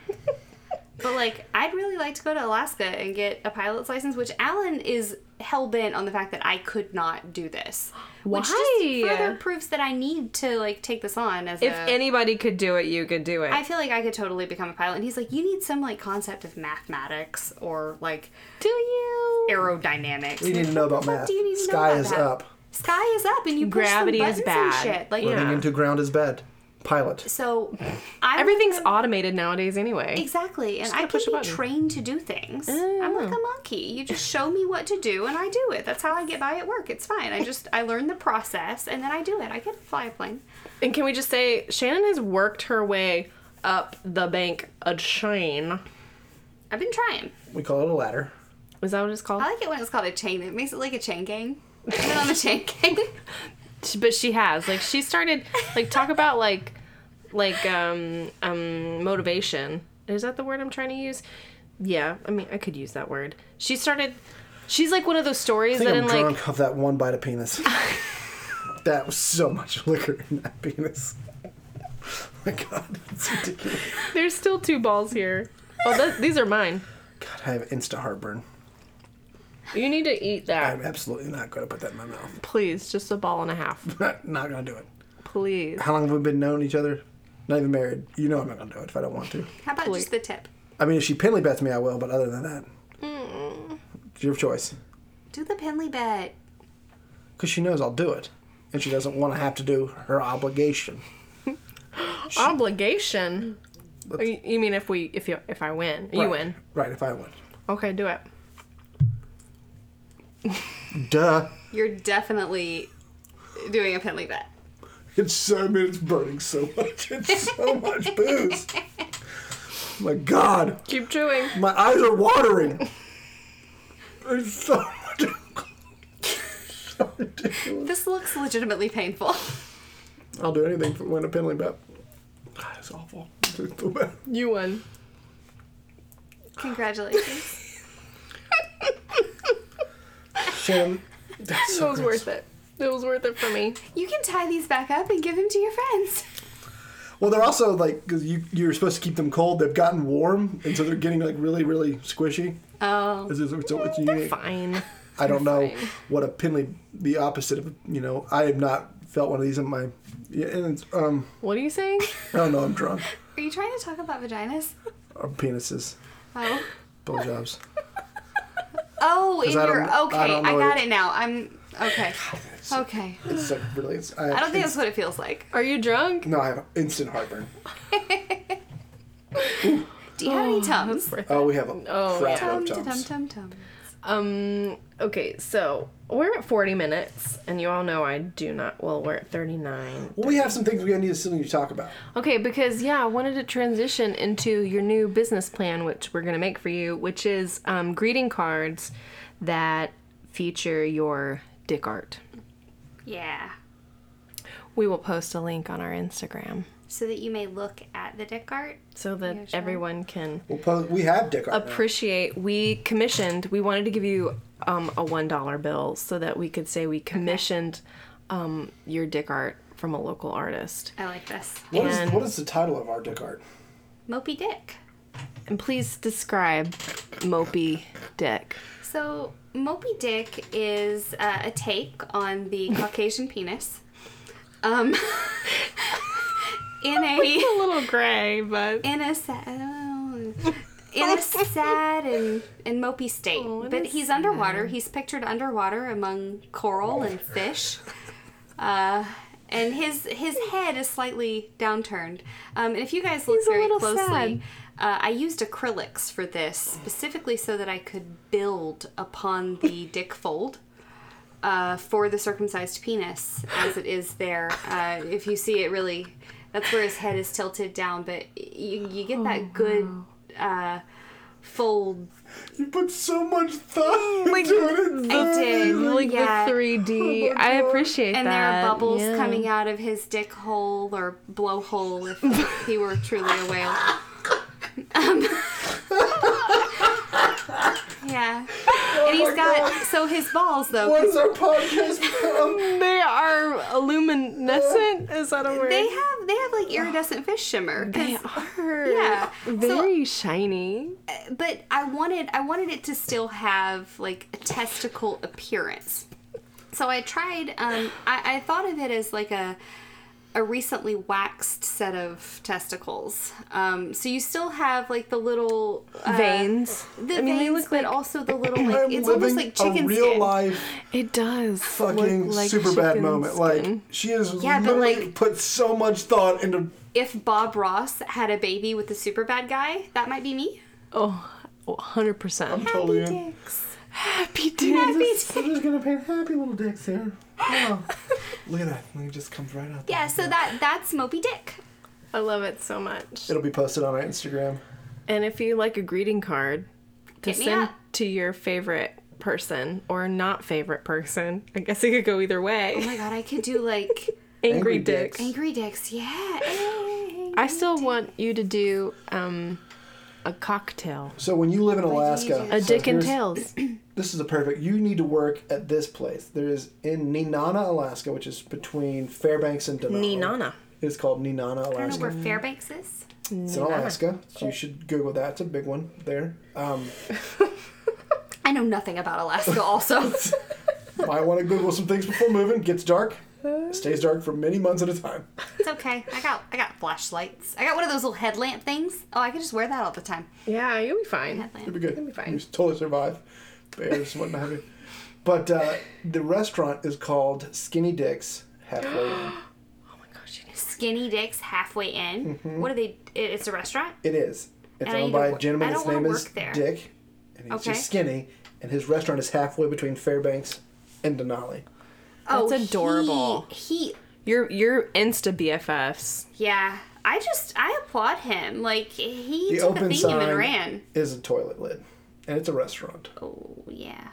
But like, I'd really like to go to Alaska and get a pilot's license, which Alan is hell bent on the fact that I could not do this. Which Why? just further proves that I need to like take this on as if a. anybody could do it, you could do it. I feel like I could totally become a pilot. And he's like, you need some like concept of mathematics or like do you? aerodynamics. You need to know about What math. do you need to know Sky about is that? up. Sky is up, and you push Gravity gravity is some buttons bad. and shit. Like Yeah. Running into ground is bad. Pilot. so, I Everything's automated nowadays anyway. Exactly, and I gotta can push a be button. trained to do things. Oh. I'm like a monkey. You just show me what to do, and I do it. That's how I get by at work. It's fine. I just I learn the process, and then I do it. I can fly a plane. And can we just say Shannon has worked her way up the bank a chain. I've been trying. We call it a ladder. Is that what it's called? I like it when it's called a chain. It makes it like a chain gang. Like, when I'm a chain gang. She- but she has like she started like talk about like like um um motivation is that the word i'm trying to use yeah i mean i could use that word she started she's like one of those stories I think that I'm in drunk like off that one bite of penis. that was so much liquor in that penis. my God, it's ridiculous. there's still two balls here oh th- these are mine God, I have instant heartburn. you need to eat that I'm absolutely not going to put that in my mouth. please just a ball and a half not going to do it. please How long have we been knowing each other? Not even married. You know I'm not going to do it if I don't want to. How about just the tip? I mean, if she penalty bets me, I will. But other than that, it's your choice. Do the penley bet. Because she knows I'll do it, and she doesn't want to have to do her obligation. obligation Oh, you you mean if we if you if i win you Right. win Right? If I win, okay do it duh. You're definitely doing a penley bet. It's so. I mean, it's burning so much. It's so much booze. My God, keep chewing my eyes are watering. It's so much. so ridiculous. This looks legitimately painful. I'll do anything for win a penalty bet. God, it's awful. It's the best. you win Congratulations. Shannon, that's it so was gross. worth it it was worth it for me You can tie these back up and give them to your friends. Well, they're also like because you you're supposed to keep them cold. They've gotten warm, and so they're getting like really really squishy. Oh. It's, it's, it's, it's They're unique. fine. I don't know fine. what a pinley. The opposite of you know. I have not felt one of these in my. Yeah, and it's um. What are you saying? I don't know. I'm drunk. Are you trying to talk about vaginas? Or penises, Oh. blowjobs. Oh, in 'Cause I your don't- I okay, I, don't know got it. it now. I'm okay. Okay. It's like really. It's, I, I don't think that's what it feels like. Are you drunk? No, I have instant heartburn. Do you have any tums? Oh, we have a Oh, crap Tum load of tum tums. tum tum. Um. Okay, so we're at 40 minutes, and you all know I do not. Well, we're at 39. Well, we have some things we need to something to talk about. Okay, because yeah, I wanted to transition into your new business plan, which we're gonna make for you, which is um, greeting cards that feature your dick art. Yeah. We will post a link on our Instagram So that you may look at the dick art. so that sure. everyone can We'll pose, we have dick art. now. appreciate. We commissioned. We wanted to give you um, a one dollar bill so that we could say we commissioned um, your dick art from a local artist. I like this. What is, and- what is the title of our dick art? Mopey dick. And please describe mopey dick. So, Mopey Dick is uh, a take on the Caucasian penis. Um, in a little gray, but in a sad, in a sad and, and mopey state. Oh, it but is he's underwater. He's pictured underwater among coral and fish. Uh, and his his head is slightly downturned. Um, and if you guys look a very little closely, uh, I used acrylics for this specifically so that I could build upon the dick fold uh, for the circumcised penis as it is there. Uh, if you see it really, that's where his head is tilted down, but you, you get Oh, that good uh, fold. You put so much thought my into it. I did. like yeah. the 3D. I appreciate And that. there are bubbles yeah. coming out of his dick hole or blowhole if he were truly a whale. Um, yeah. Oh and he's got, so his balls, though, What is our podcast become? They are illuminescent. Is that a word? they have they have like iridescent fish shimmer 'cause- They are. Yeah. Very shiny. but i wanted i wanted it to still have like a testicle appearance so i tried um i, I thought of it as like a a recently waxed set of testicles um so you still have like the little uh, Veins. the I mean, they veins look but like also the little I'm like it's living almost like chicken a real skin life it does. fucking look like super bad chicken moment. Like skin. she has Yeah, but, literally like- put so much thought into. if bob ross had a baby with the super bad guy that might be me oh, 100%. Totally. Happy in. dicks. Happy dude. Happy I'm just gonna paint happy little dicks here. Wow. Look at that. It just comes right out. yeah so that that's moby dick I love it so much. It'll be posted on our Instagram. And if you like a greeting card to Hit me send up. to your favorite person or not favorite person, I guess it could go either way. oh my god i could do like Angry, Angry dicks. dicks. Angry dicks, yeah. I still want you to do um, a cocktail. So when you live in Alaska, A so dick and here's- tails. This is a perfect. You need to work at this place. There is in Nenana, Alaska, which is between Fairbanks and Denali. Nenana. It's called Nenana, I don't know Alaska. where Fairbanks is. It's in Alaska. So you should Google that. It's a big one there. Um, I know nothing about Alaska, also. might want to Google some things before moving. Gets dark. Stays dark for many months at a time. it's okay. I got I got flashlights. I got one of those little headlamp things. Oh, I could just wear that all the time. Yeah, you'll be fine. It'd Headlamp. be good. It'll be fine. You totally survive bears and whatnot. But uh, the restaurant is called Skinny Dicks Halfway. In. Oh my gosh, you Skinny Dicks halfway in. What are they? it- It's a restaurant. It is. It's And I owned need by to a wo- gentleman. I His don't wanna name is work there. Dick, and he's Okay. just skinny. And his restaurant is halfway between Fairbanks and Denali. Oh, That's adorable. He, he Your your Insta BFFs. yeah. I just I applaud him. Like he The took a open theme sign and ran. is a toilet lid, and it's a restaurant. Oh yeah.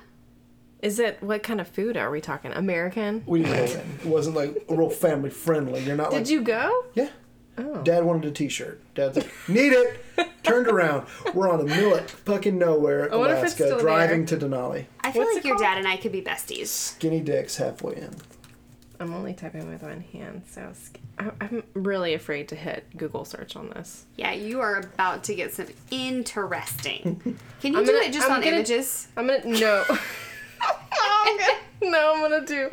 Is it what kind of food are we talking? American? We didn't go in. It wasn't like real family friendly. You're not like Did you go? yeah. Dad wanted a T-shirt. Dad's like, need it. Turned around. We're on a millet, fucking nowhere, wonder if it's Alaska, still driving to Denali. I feel What's like it your called? dad and I could be besties. Skinny dicks halfway in. I'm only typing with one hand, so sc- I- I'm really afraid to hit Google search on this. Yeah, you are about to get some interesting. Can you I'm do gonna- it just I'm on gonna- images? I'm gonna no. I'm gonna- no, I'm gonna do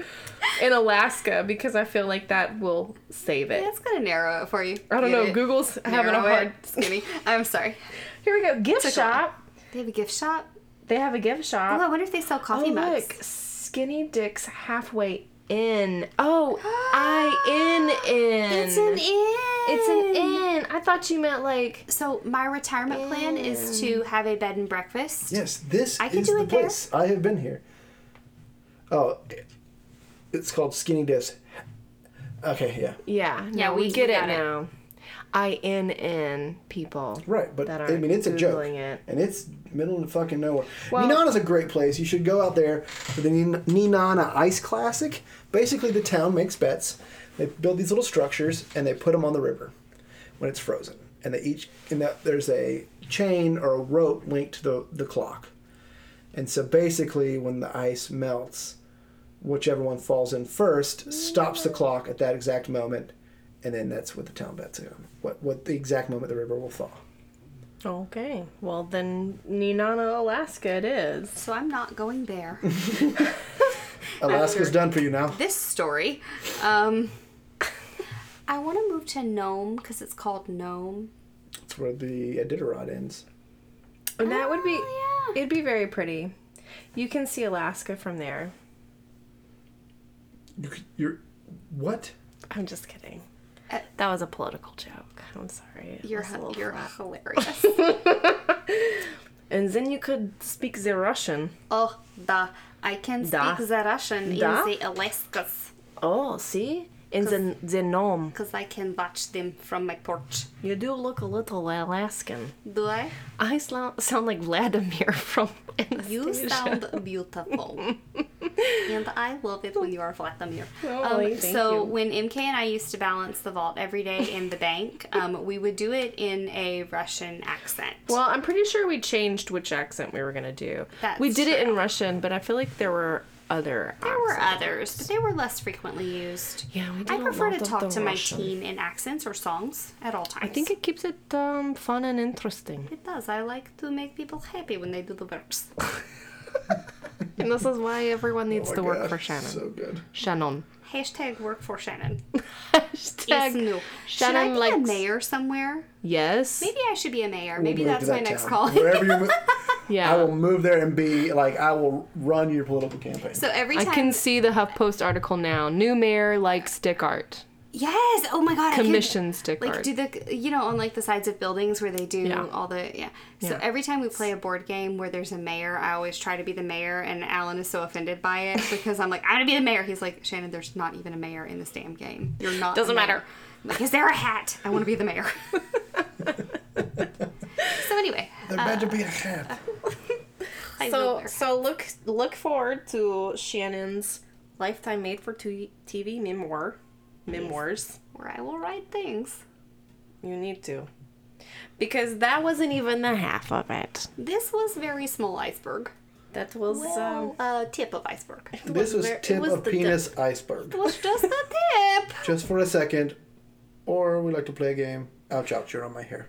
in Alaska because I feel like that will save it. That's gonna narrow it for you. I don't Get know. it. Google's having a Narrow hard. it. Skinny. I'm sorry. Here we go. Gift shop. They have a gift shop. They have a gift shop. Oh, I wonder if they sell Oh, coffee mugs. look, skinny dicks halfway in. Oh, I in in. It's an inn. It's an in. I thought you meant like. So my retirement plan is to have a bed and breakfast. Yes, this I can is do the it there. place. I have been here. Oh, it- it's called Skinny Dips. Okay, yeah, Yeah. Yeah, no, we- we, we get it got it. now. I in in people. right. But That I aren't mean, it's a joke, Googling it. and it's middle of fucking nowhere. Well- Ninana's a great place. You should go out there for the Nin- Ninana Ice Classic. Basically, the town makes bets. They build these little structures and they put them on the river when it's frozen, and they each and that there's a chain or a rope linked to the the clock. And so basically, when the ice melts, whichever one falls in first stops the clock at that exact moment, and then that's what the town bets on. What what the exact moment the river will thaw. Okay. Well, then Ninana, Alaska it is. So I'm not going there. Alaska's done for you now. this story, um, I want to move to Nome because it's called Nome. That's where the Iditarod ends. And that would be. Oh, It'd be very pretty. You can see Alaska from there. You could, you're what? I'm just kidding. Uh, that was a political joke. I'm sorry. It You're was a hu- little you're flat. hilarious. And then you could speak the Russian. oh, da. I can speak Da. the Russian Da. in the Alaskas Oh, see? In the, the Nome. because I can watch them from my porch. You do look a little Alaskan. Do I? I sound, sound like Vladimir from Anastasia. You sound beautiful. and I love it when you are Vladimir. Oh, um, thank so you. when MK and I used to balance the vault every day in the bank, um, we would do it in a Russian accent. Well, I'm pretty sure we changed which accent we were going to do. That's we did it in Russian, but I feel like there were other there accents. were others, but they were less frequently used. Yeah, we did I a prefer lot to of talk the to my Russian. teen in accents or songs at all times. I think it keeps it um, fun and interesting. it does. I like to make people happy when they do the verbs. And this is why everyone needs Oh my to work gosh, for Shannon. So good. Shannon. Hashtag work for Shannon. It's Hashtag new. Should I Shannon be a likes- mayor somewhere? yes. Maybe I should be a mayor. Maybe Move to that's that my next town. call. Wherever you move, Yeah. I will move there and be like I will run your political campaign. So every I time, can see the HuffPost article now. New mayor likes dick art. yes. Oh my god, I can- Commission stick Like art. do the you know on like the sides of buildings where they do Yeah. all the yeah. So Yeah. every time we play a board game where there's a mayor, I always try to be the mayor, and Alan is so offended by it because I'm like I'm gonna be the mayor. He's like Shannon, there's not even a mayor in this damn game. You're not. the Doesn't mayor." matter. I'm like, is there a hat? I want to be the mayor. so anyway, They're bad to be a uh, hat. I so love her. so look look forward to Shannon's lifetime made for tu- TV memoir memoirs. where I will write things. You need to. Because that wasn't even the half of it. This was very small iceberg. That was um, Well, uh, tip of iceberg. It This was ver- it tip was of the penis iceberg. was just a tip. Just for a second, or we like to play a game. Ouch! Ouch! You're on my hair.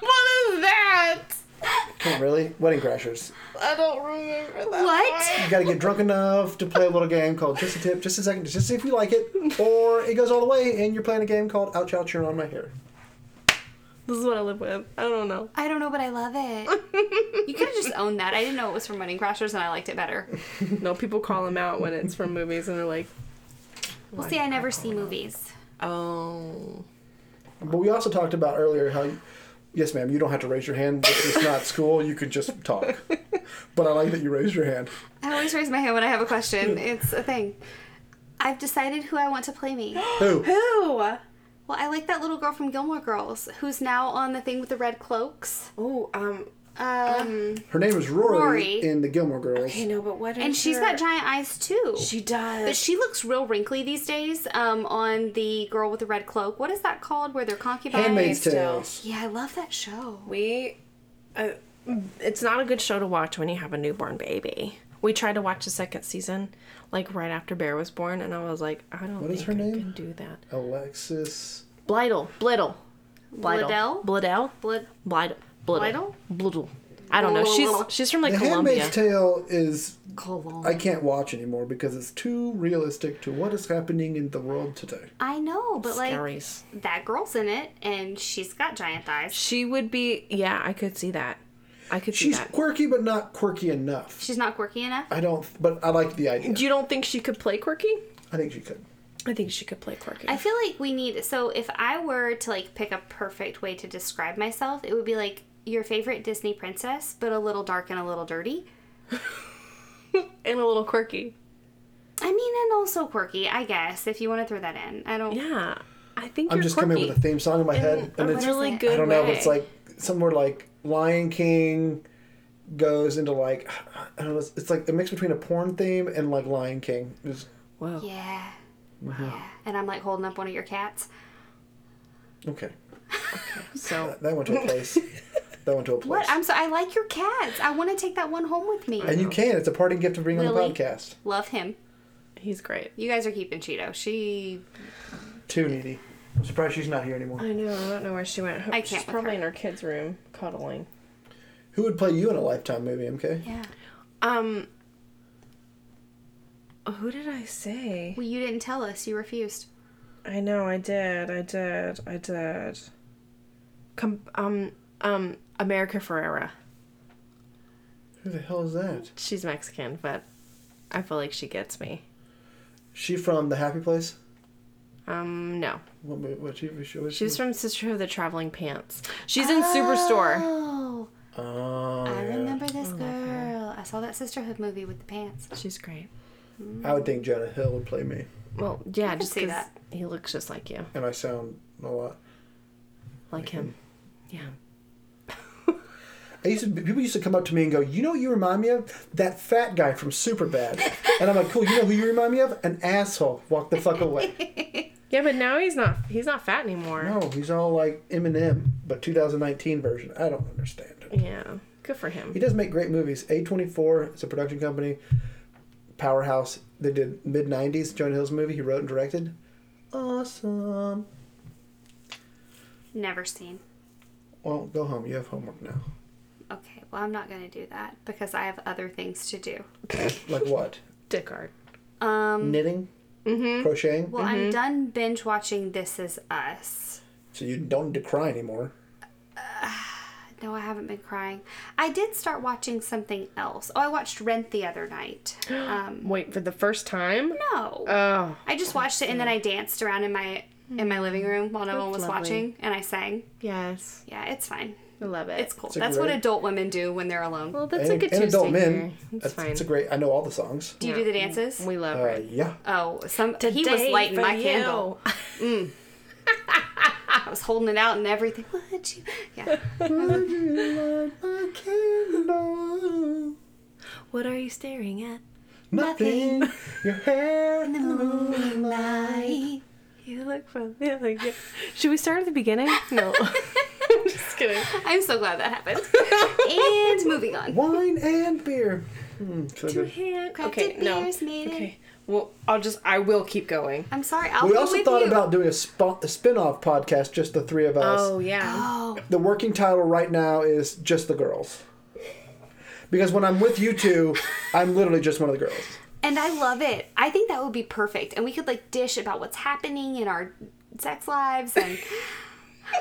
what is that? Come on, really? Wedding Crashers. I don't remember that. What? You gotta get drunk enough to play a little game called Just a Tip, Just a Second, just to see if you like it, or it goes all the way and you're playing a game called Ouch Ouch You're on My Hair. This is what I live with. I don't know. I don't know, but I love it. you could have just owned that. I didn't know it was from Running Crashers, and I liked it better. No, people call him out when it's from movies and they're like, Well, see, I never see movies. oh. But we also talked about earlier how, you, yes, ma'am, you don't have to raise your hand. If it's not school, you could just talk. But I like that you raised your hand. I always raise my hand when I have a question. It's a thing. I've decided who I want to play me. Who? Who? Well, I like that little girl from Gilmore Girls, who's now on the thing with the red cloaks. Oh, um, Uh, Her name is Rory, Rory. in the Gilmore Girls. I know, but what? and she's got giant eyes too. She does. but she looks real wrinkly these days. Um, on the girl with the red cloak. What is that called? Where they're concubines? Handmaid's still. Tales. Yeah, I love that show. we, uh, it's not a good show to watch when you have a newborn baby. We tried to watch the second season, like right after Bear was born, and I was like, I don't What think is her I name? can do that. Alexis. Blidle, Blittle, Bledel? Blidell, Bled- Blidle, Blittle, Blidle? Blittle. I don't know. She's she's from like The Colombia. Handmaid's Tale is Cologne. I can't watch anymore because it's too realistic to what is happening in the world today. I know, but like Scaries. that girl's in it, and she's got giant thighs. She would be. Yeah, I could see that. I could She's see that. quirky, but not quirky enough. She's not quirky enough. I don't, but I like the idea. You don't think she could play quirky? I think she could. I think she could play quirky. I feel like we need. So if I were to like pick a perfect way to describe myself, it would be like your favorite Disney princess, but a little dark and a little dirty. and a little quirky. I mean, and also quirky, I guess, if you want to throw that in. I don't. Yeah, I think I'm you're just quirky. coming up with a theme song in my head, in and a it's really I good I don't know, but it's way. like somewhere like Lion King goes into like I don't know. It's, it's like a mix between a porn theme and like Lion King. It's- Whoa. Yeah. Yeah. And I'm like holding up one of your cats. okay, So that went to a place. that went to a place. What? I'm so I like your cats. I want to take that one home with me. and you can. It's a parting gift to bring on the Lily. podcast. Love him. he's great. You guys are keeping Cheeto. She. Too needy. I'm surprised she's not here anymore. I know. I don't know where she went. I She's can't with probably her. in her kids' room cuddling. Who would play you in a Lifetime movie? MK. Yeah. Um. Who did I say? Well, you didn't tell us. You refused. I know. I did. I did. I did. Com- um. Um. America Ferrera. Who the hell is that? She's Mexican, but I feel like she gets me. She from the Happy Place? Um. No. What movie? What TV show was she? She was from Sisterhood of the Traveling Pants. She's in Superstore. Oh. Oh, I yeah. remember this Mm, girl. I saw that sisterhood movie with the pants. She's great. I would think Jonah Hill would play me, Well, yeah, can just see because that. he looks just like you, and I sound a lot. like him. Yeah. I used to, people used to come up to me and go, "You know, what you remind me of that fat guy from Superbad," and I'm like, "Cool. You know who you remind me of? An asshole. Walk the fuck away." Yeah, but now he's not. He's not fat anymore. no, he's all like Eminem, but 2019 version. I don't understand it. Yeah. Good for him. He does make great movies. A24 is a production company, powerhouse. They did mid 90s Jonah Hill's movie. He wrote and directed. Awesome. Never seen. Well, go home. You have homework now. Okay, well, I'm not going to do that because I have other things to do. Like what? Dick art. Um, mm-hmm. Knitting, crocheting. well, Mm-hmm. I'm done binge watching This Is Us. so you don't decry anymore. No, I haven't been crying. I did start watching something else. Oh, I watched Rent the other night. Um, Wait for the first time. no. Oh. I just watched it and then I danced around in my in my living room while no one was lovely. watching and I sang. Yes. Yeah, it's fine. I love it. It's cool. a That's what great- adult women do when they're alone. well, that's and, like a and Tuesday adult men. here. It's That's, fine. It's a great. I know all the songs. do you do the dances? we love Uh, her. yeah. Oh, some he was lighting my candle. I was holding it out and everything. Would you? Yeah. Candle, What are you staring at? nothing. Your hair. You look familiar. Should we start at the beginning? No. Just kidding. I'm so glad that happened. and moving on. Wine and beer. Hmm, so good. Okay. Crafted No. beers made in- Okay. Well, I'll just. I will keep going. I'm sorry. I'll We go also with thought you. about doing a, spo- a spin-off podcast, just the three of us. yeah. Oh, The working title right now is just the girls. Because when I'm with you two, I'm literally just one of the girls. and I love it. I think that would be perfect, and we could like dish about what's happening in our sex lives and.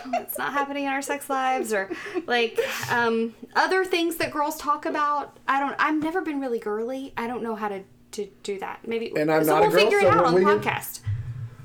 oh, What's not happening in our sex lives, or like um, other things that girls talk about. I don't. I've never been really girly. I don't know how to, to do that. Maybe. And I'm so not a we'll girl, figure so it out on we the can- podcast.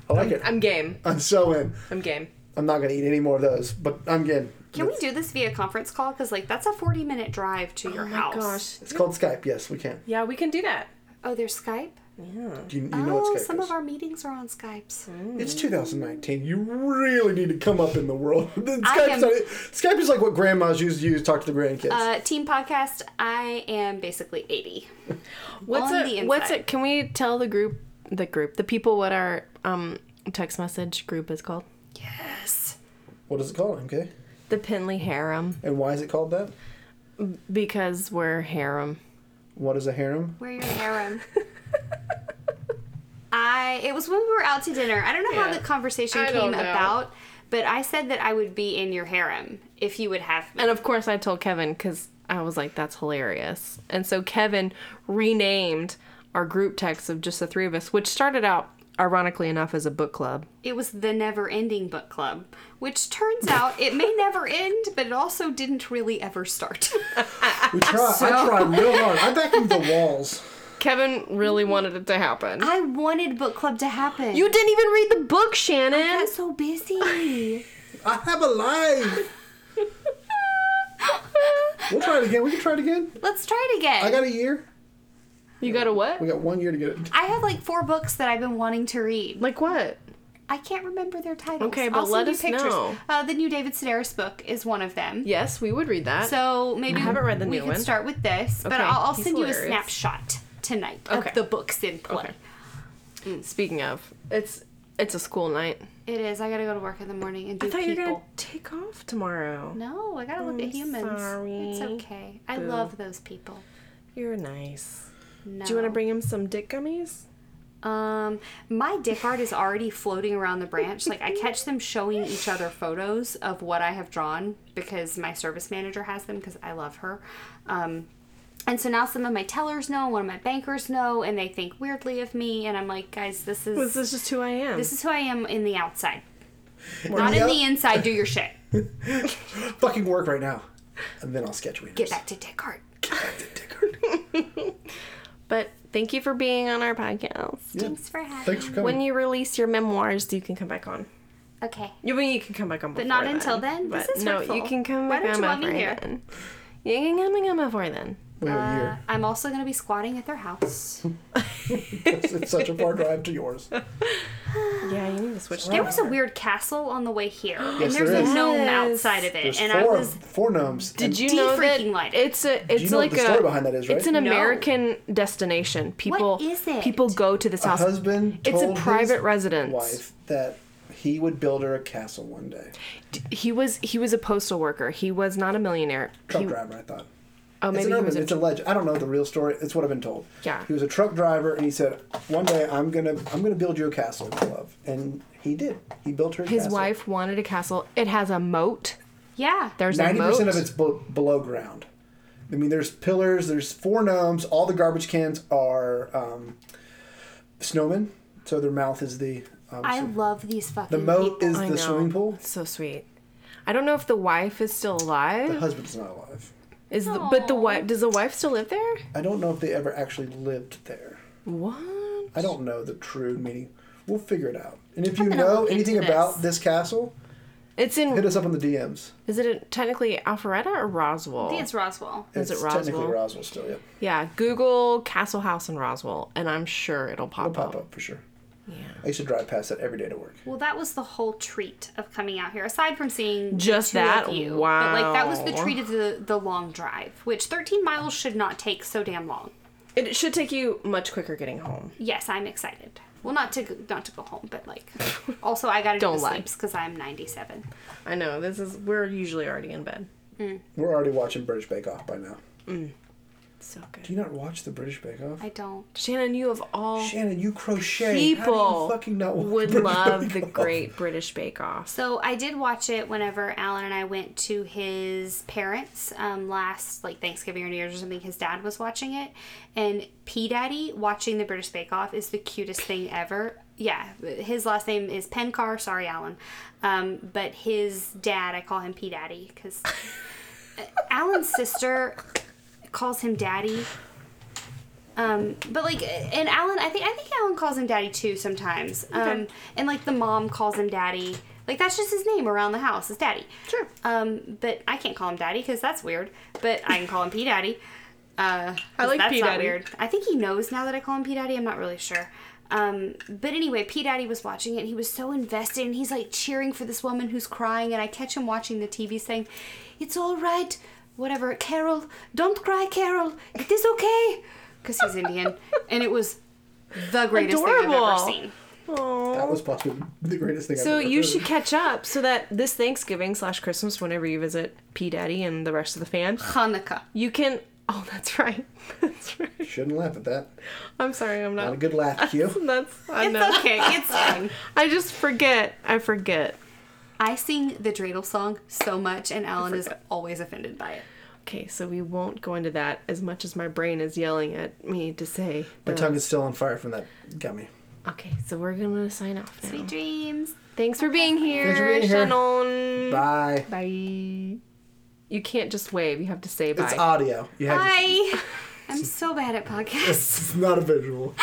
I like it. I'm game. I'm so in. I'm game. I'm not gonna eat any more of those, but I'm in. Can we do this via conference call? Because like that's a forty minute drive to your house. It's called Skype. Yes, we can. Yeah, we can do that. Oh, there's Skype. Yeah. Do you, you know oh, what Skype some is? of our meetings are on Skypes. It's 2019. You really need to come up in the world. Skype's am- not- Skype is like what grandmas used to use to talk to the grandkids. Uh, team podcast. I am basically eighty. What's on it? the What's inside. it? Can we tell the group, the group, the people what our um text message group is called? Yes. what is it called? Okay. The Pinley Harem And why is it called that? because we're harem. What is a harem? Wear your harem. I it was when we were out to dinner. I don't know how Yeah. the conversation I came don't know. about, but I said that I would be in your harem if you would have me. And of course, I told Kevin because I was like, that's hilarious. And so Kevin renamed our group text of just the three of us, which started out, ironically enough, as a book club. It was the never ending book club, which turns out it may never end, but it also didn't really ever start. We try. I tried real hard. I vacuumed the walls. Kevin really wanted it to happen. I wanted book club to happen. You didn't even read the book, Shannon. I'm so busy. I have a life. We'll try it again. We can try it again. Let's try it again. I got a year. You got a what? We got one year to get it. I have like four books that I've been wanting to read. Like what? I can't remember their titles. Okay, but I'll let send you us know. Uh, the new David Sedaris book is one of them. Yes, we would read that. So maybe I haven't read the we new can one. start with this, but Okay, I'll, I'll he's send you a hilarious. snapshot tonight Okay. of the books in play. Okay. Speaking of, it's it's a school night. It is. I gotta go to work in the morning and do I thought you people. were gonna take off tomorrow. No, I gotta look at humans. sorry. It's okay. I love those people. You're nice. No. Do you want to bring him some dick gummies? Um, my dick art is already floating around the branch. Like I catch them showing each other photos of what I have drawn because my service manager has them because I love her. Um, and so now some of my tellers know, one of my bankers know, and they think weirdly of me. And I'm like, guys, this is This is just who I am. this is who I am in the outside, not in the inside. Do your shit. Fucking work right now. And then I'll sketch winners. Get back to dick art. but thank you for being on our podcast. Thanks for having. Thanks for coming. When you release your memoirs, you can come back on. Okay. You mean you can come back on, But not until then? This But is no, hurtful. you can come Why back on don't you want me before here? then. You can come and come before then. we have a year. I'm also gonna be squatting at their house. It's, it's such a far drive to yours. Yeah, you need to switch. There was a weird castle on the way here, and Yes, there's there a is. gnome Yes. outside of it, There's and I four, was four gnomes. Did you de- know that freaking light. it's a it's you know like the a story behind that is, right? It's an No. American destination. People is it? people go to this a house. husband It's a told private his residence. wife that he would build her a castle one day. He was he was a postal worker. He was not a millionaire. Truck He- driver, I thought. oh, It's maybe an he was urban. a It's a legend. I don't know the real story. It's what I've been told. Yeah. He was a truck driver, and he said, "One day I'm gonna, I'm gonna build you a castle, my love." And he did. He built her. His castle. wife wanted a castle. It has a moat. yeah. There's a Ninety moat. percent of it's be- below ground. I mean, there's pillars. There's four gnomes. All the garbage cans are um, snowmen. So their mouth is the. Um, I love these fucking the moat people. is I the know. swimming pool. So sweet. I don't know if the wife is still The alive. husband's not alive. Is the, but the wife does the wife still live there? I don't know if they ever actually lived there. What? I don't know the true meaning. We'll figure it out. And if you gonna know look anything into about this castle, It's hit in. us up on the DMs. Is it technically Alpharetta or Roswell? I think it's Roswell. Is it It's technically Roswell? Roswell still, yeah. Yeah, Google Castle House in Roswell, and I'm sure it'll pop, It'll pop up. up for sure. Yeah. I used to drive past that every day to work. Well, that was the whole treat of coming out here. Aside from seeing the Just two that? of you, but like that was the Wow. treat of the the long drive, which 13 miles should not take so damn long. It should take you much quicker getting home. Yes, I'm excited. Well, not to go- not to go home, but like also I gotta do Don't the lie. sleeps because I'm 97. I know this is we're usually already in bed. We're already watching British Bake Off by now. So Do good. you not watch the British Bake Off? I don't. Shannon, you of all Shannon, you crochet. How do people you fucking not watch would British love Bake the Off? Great British Bake Off. So I did watch it whenever Alan and I went to his parents um, last, like Thanksgiving or New Year's or something. His dad was watching it, and P Daddy watching the British Bake Off is the cutest thing ever. Yeah, his last name is Pencar. Sorry, Alan, um, but his dad, I call him P Daddy because Alan's sister calls him Daddy. Um, but like, and Alan, I think I think Alan calls him Daddy too sometimes. Um, and like the mom calls him Daddy. Like that's just his name around the house is Daddy. Sure. Um, but I can't call him Daddy because that's weird. But I can call him P Daddy. Uh, I like that's P not Daddy. weird. I think he knows now that I call him P Daddy. I'm not really sure. Um, but anyway, P Daddy was watching it and he was so invested and he's like cheering for this woman who's crying. And I catch him watching the TV saying, It's all right, whatever, Carol, don't cry, Carol, it is okay. Because he's Indian. and it was the greatest thing I've ever Adorable. seen. That was possibly the greatest thing So I've ever you heard. should catch up so that this Thanksgiving slash Christmas, whenever you visit P Daddy and the rest of the fam, Hanukkah. you can Oh, that's right. That's right. Shouldn't laugh at that. I'm sorry. I'm Not a not. good laugh, Q. That's. I It's know. okay. It's fine. I just forget. I forget. I sing the dreidel song so much, and Alan is always offended by it. Okay, so we won't go into that as much as my brain is yelling at me to say. My the- tongue is still on fire from that gummy. Okay, so we're gonna sign off now. Sweet dreams. Thanks for being here, Thanks for being here. Shannon. Bye. Bye. You can't just wave. You have to say bye. It's audio. You have Bye. I'm so bad at podcasts. it's not a visual.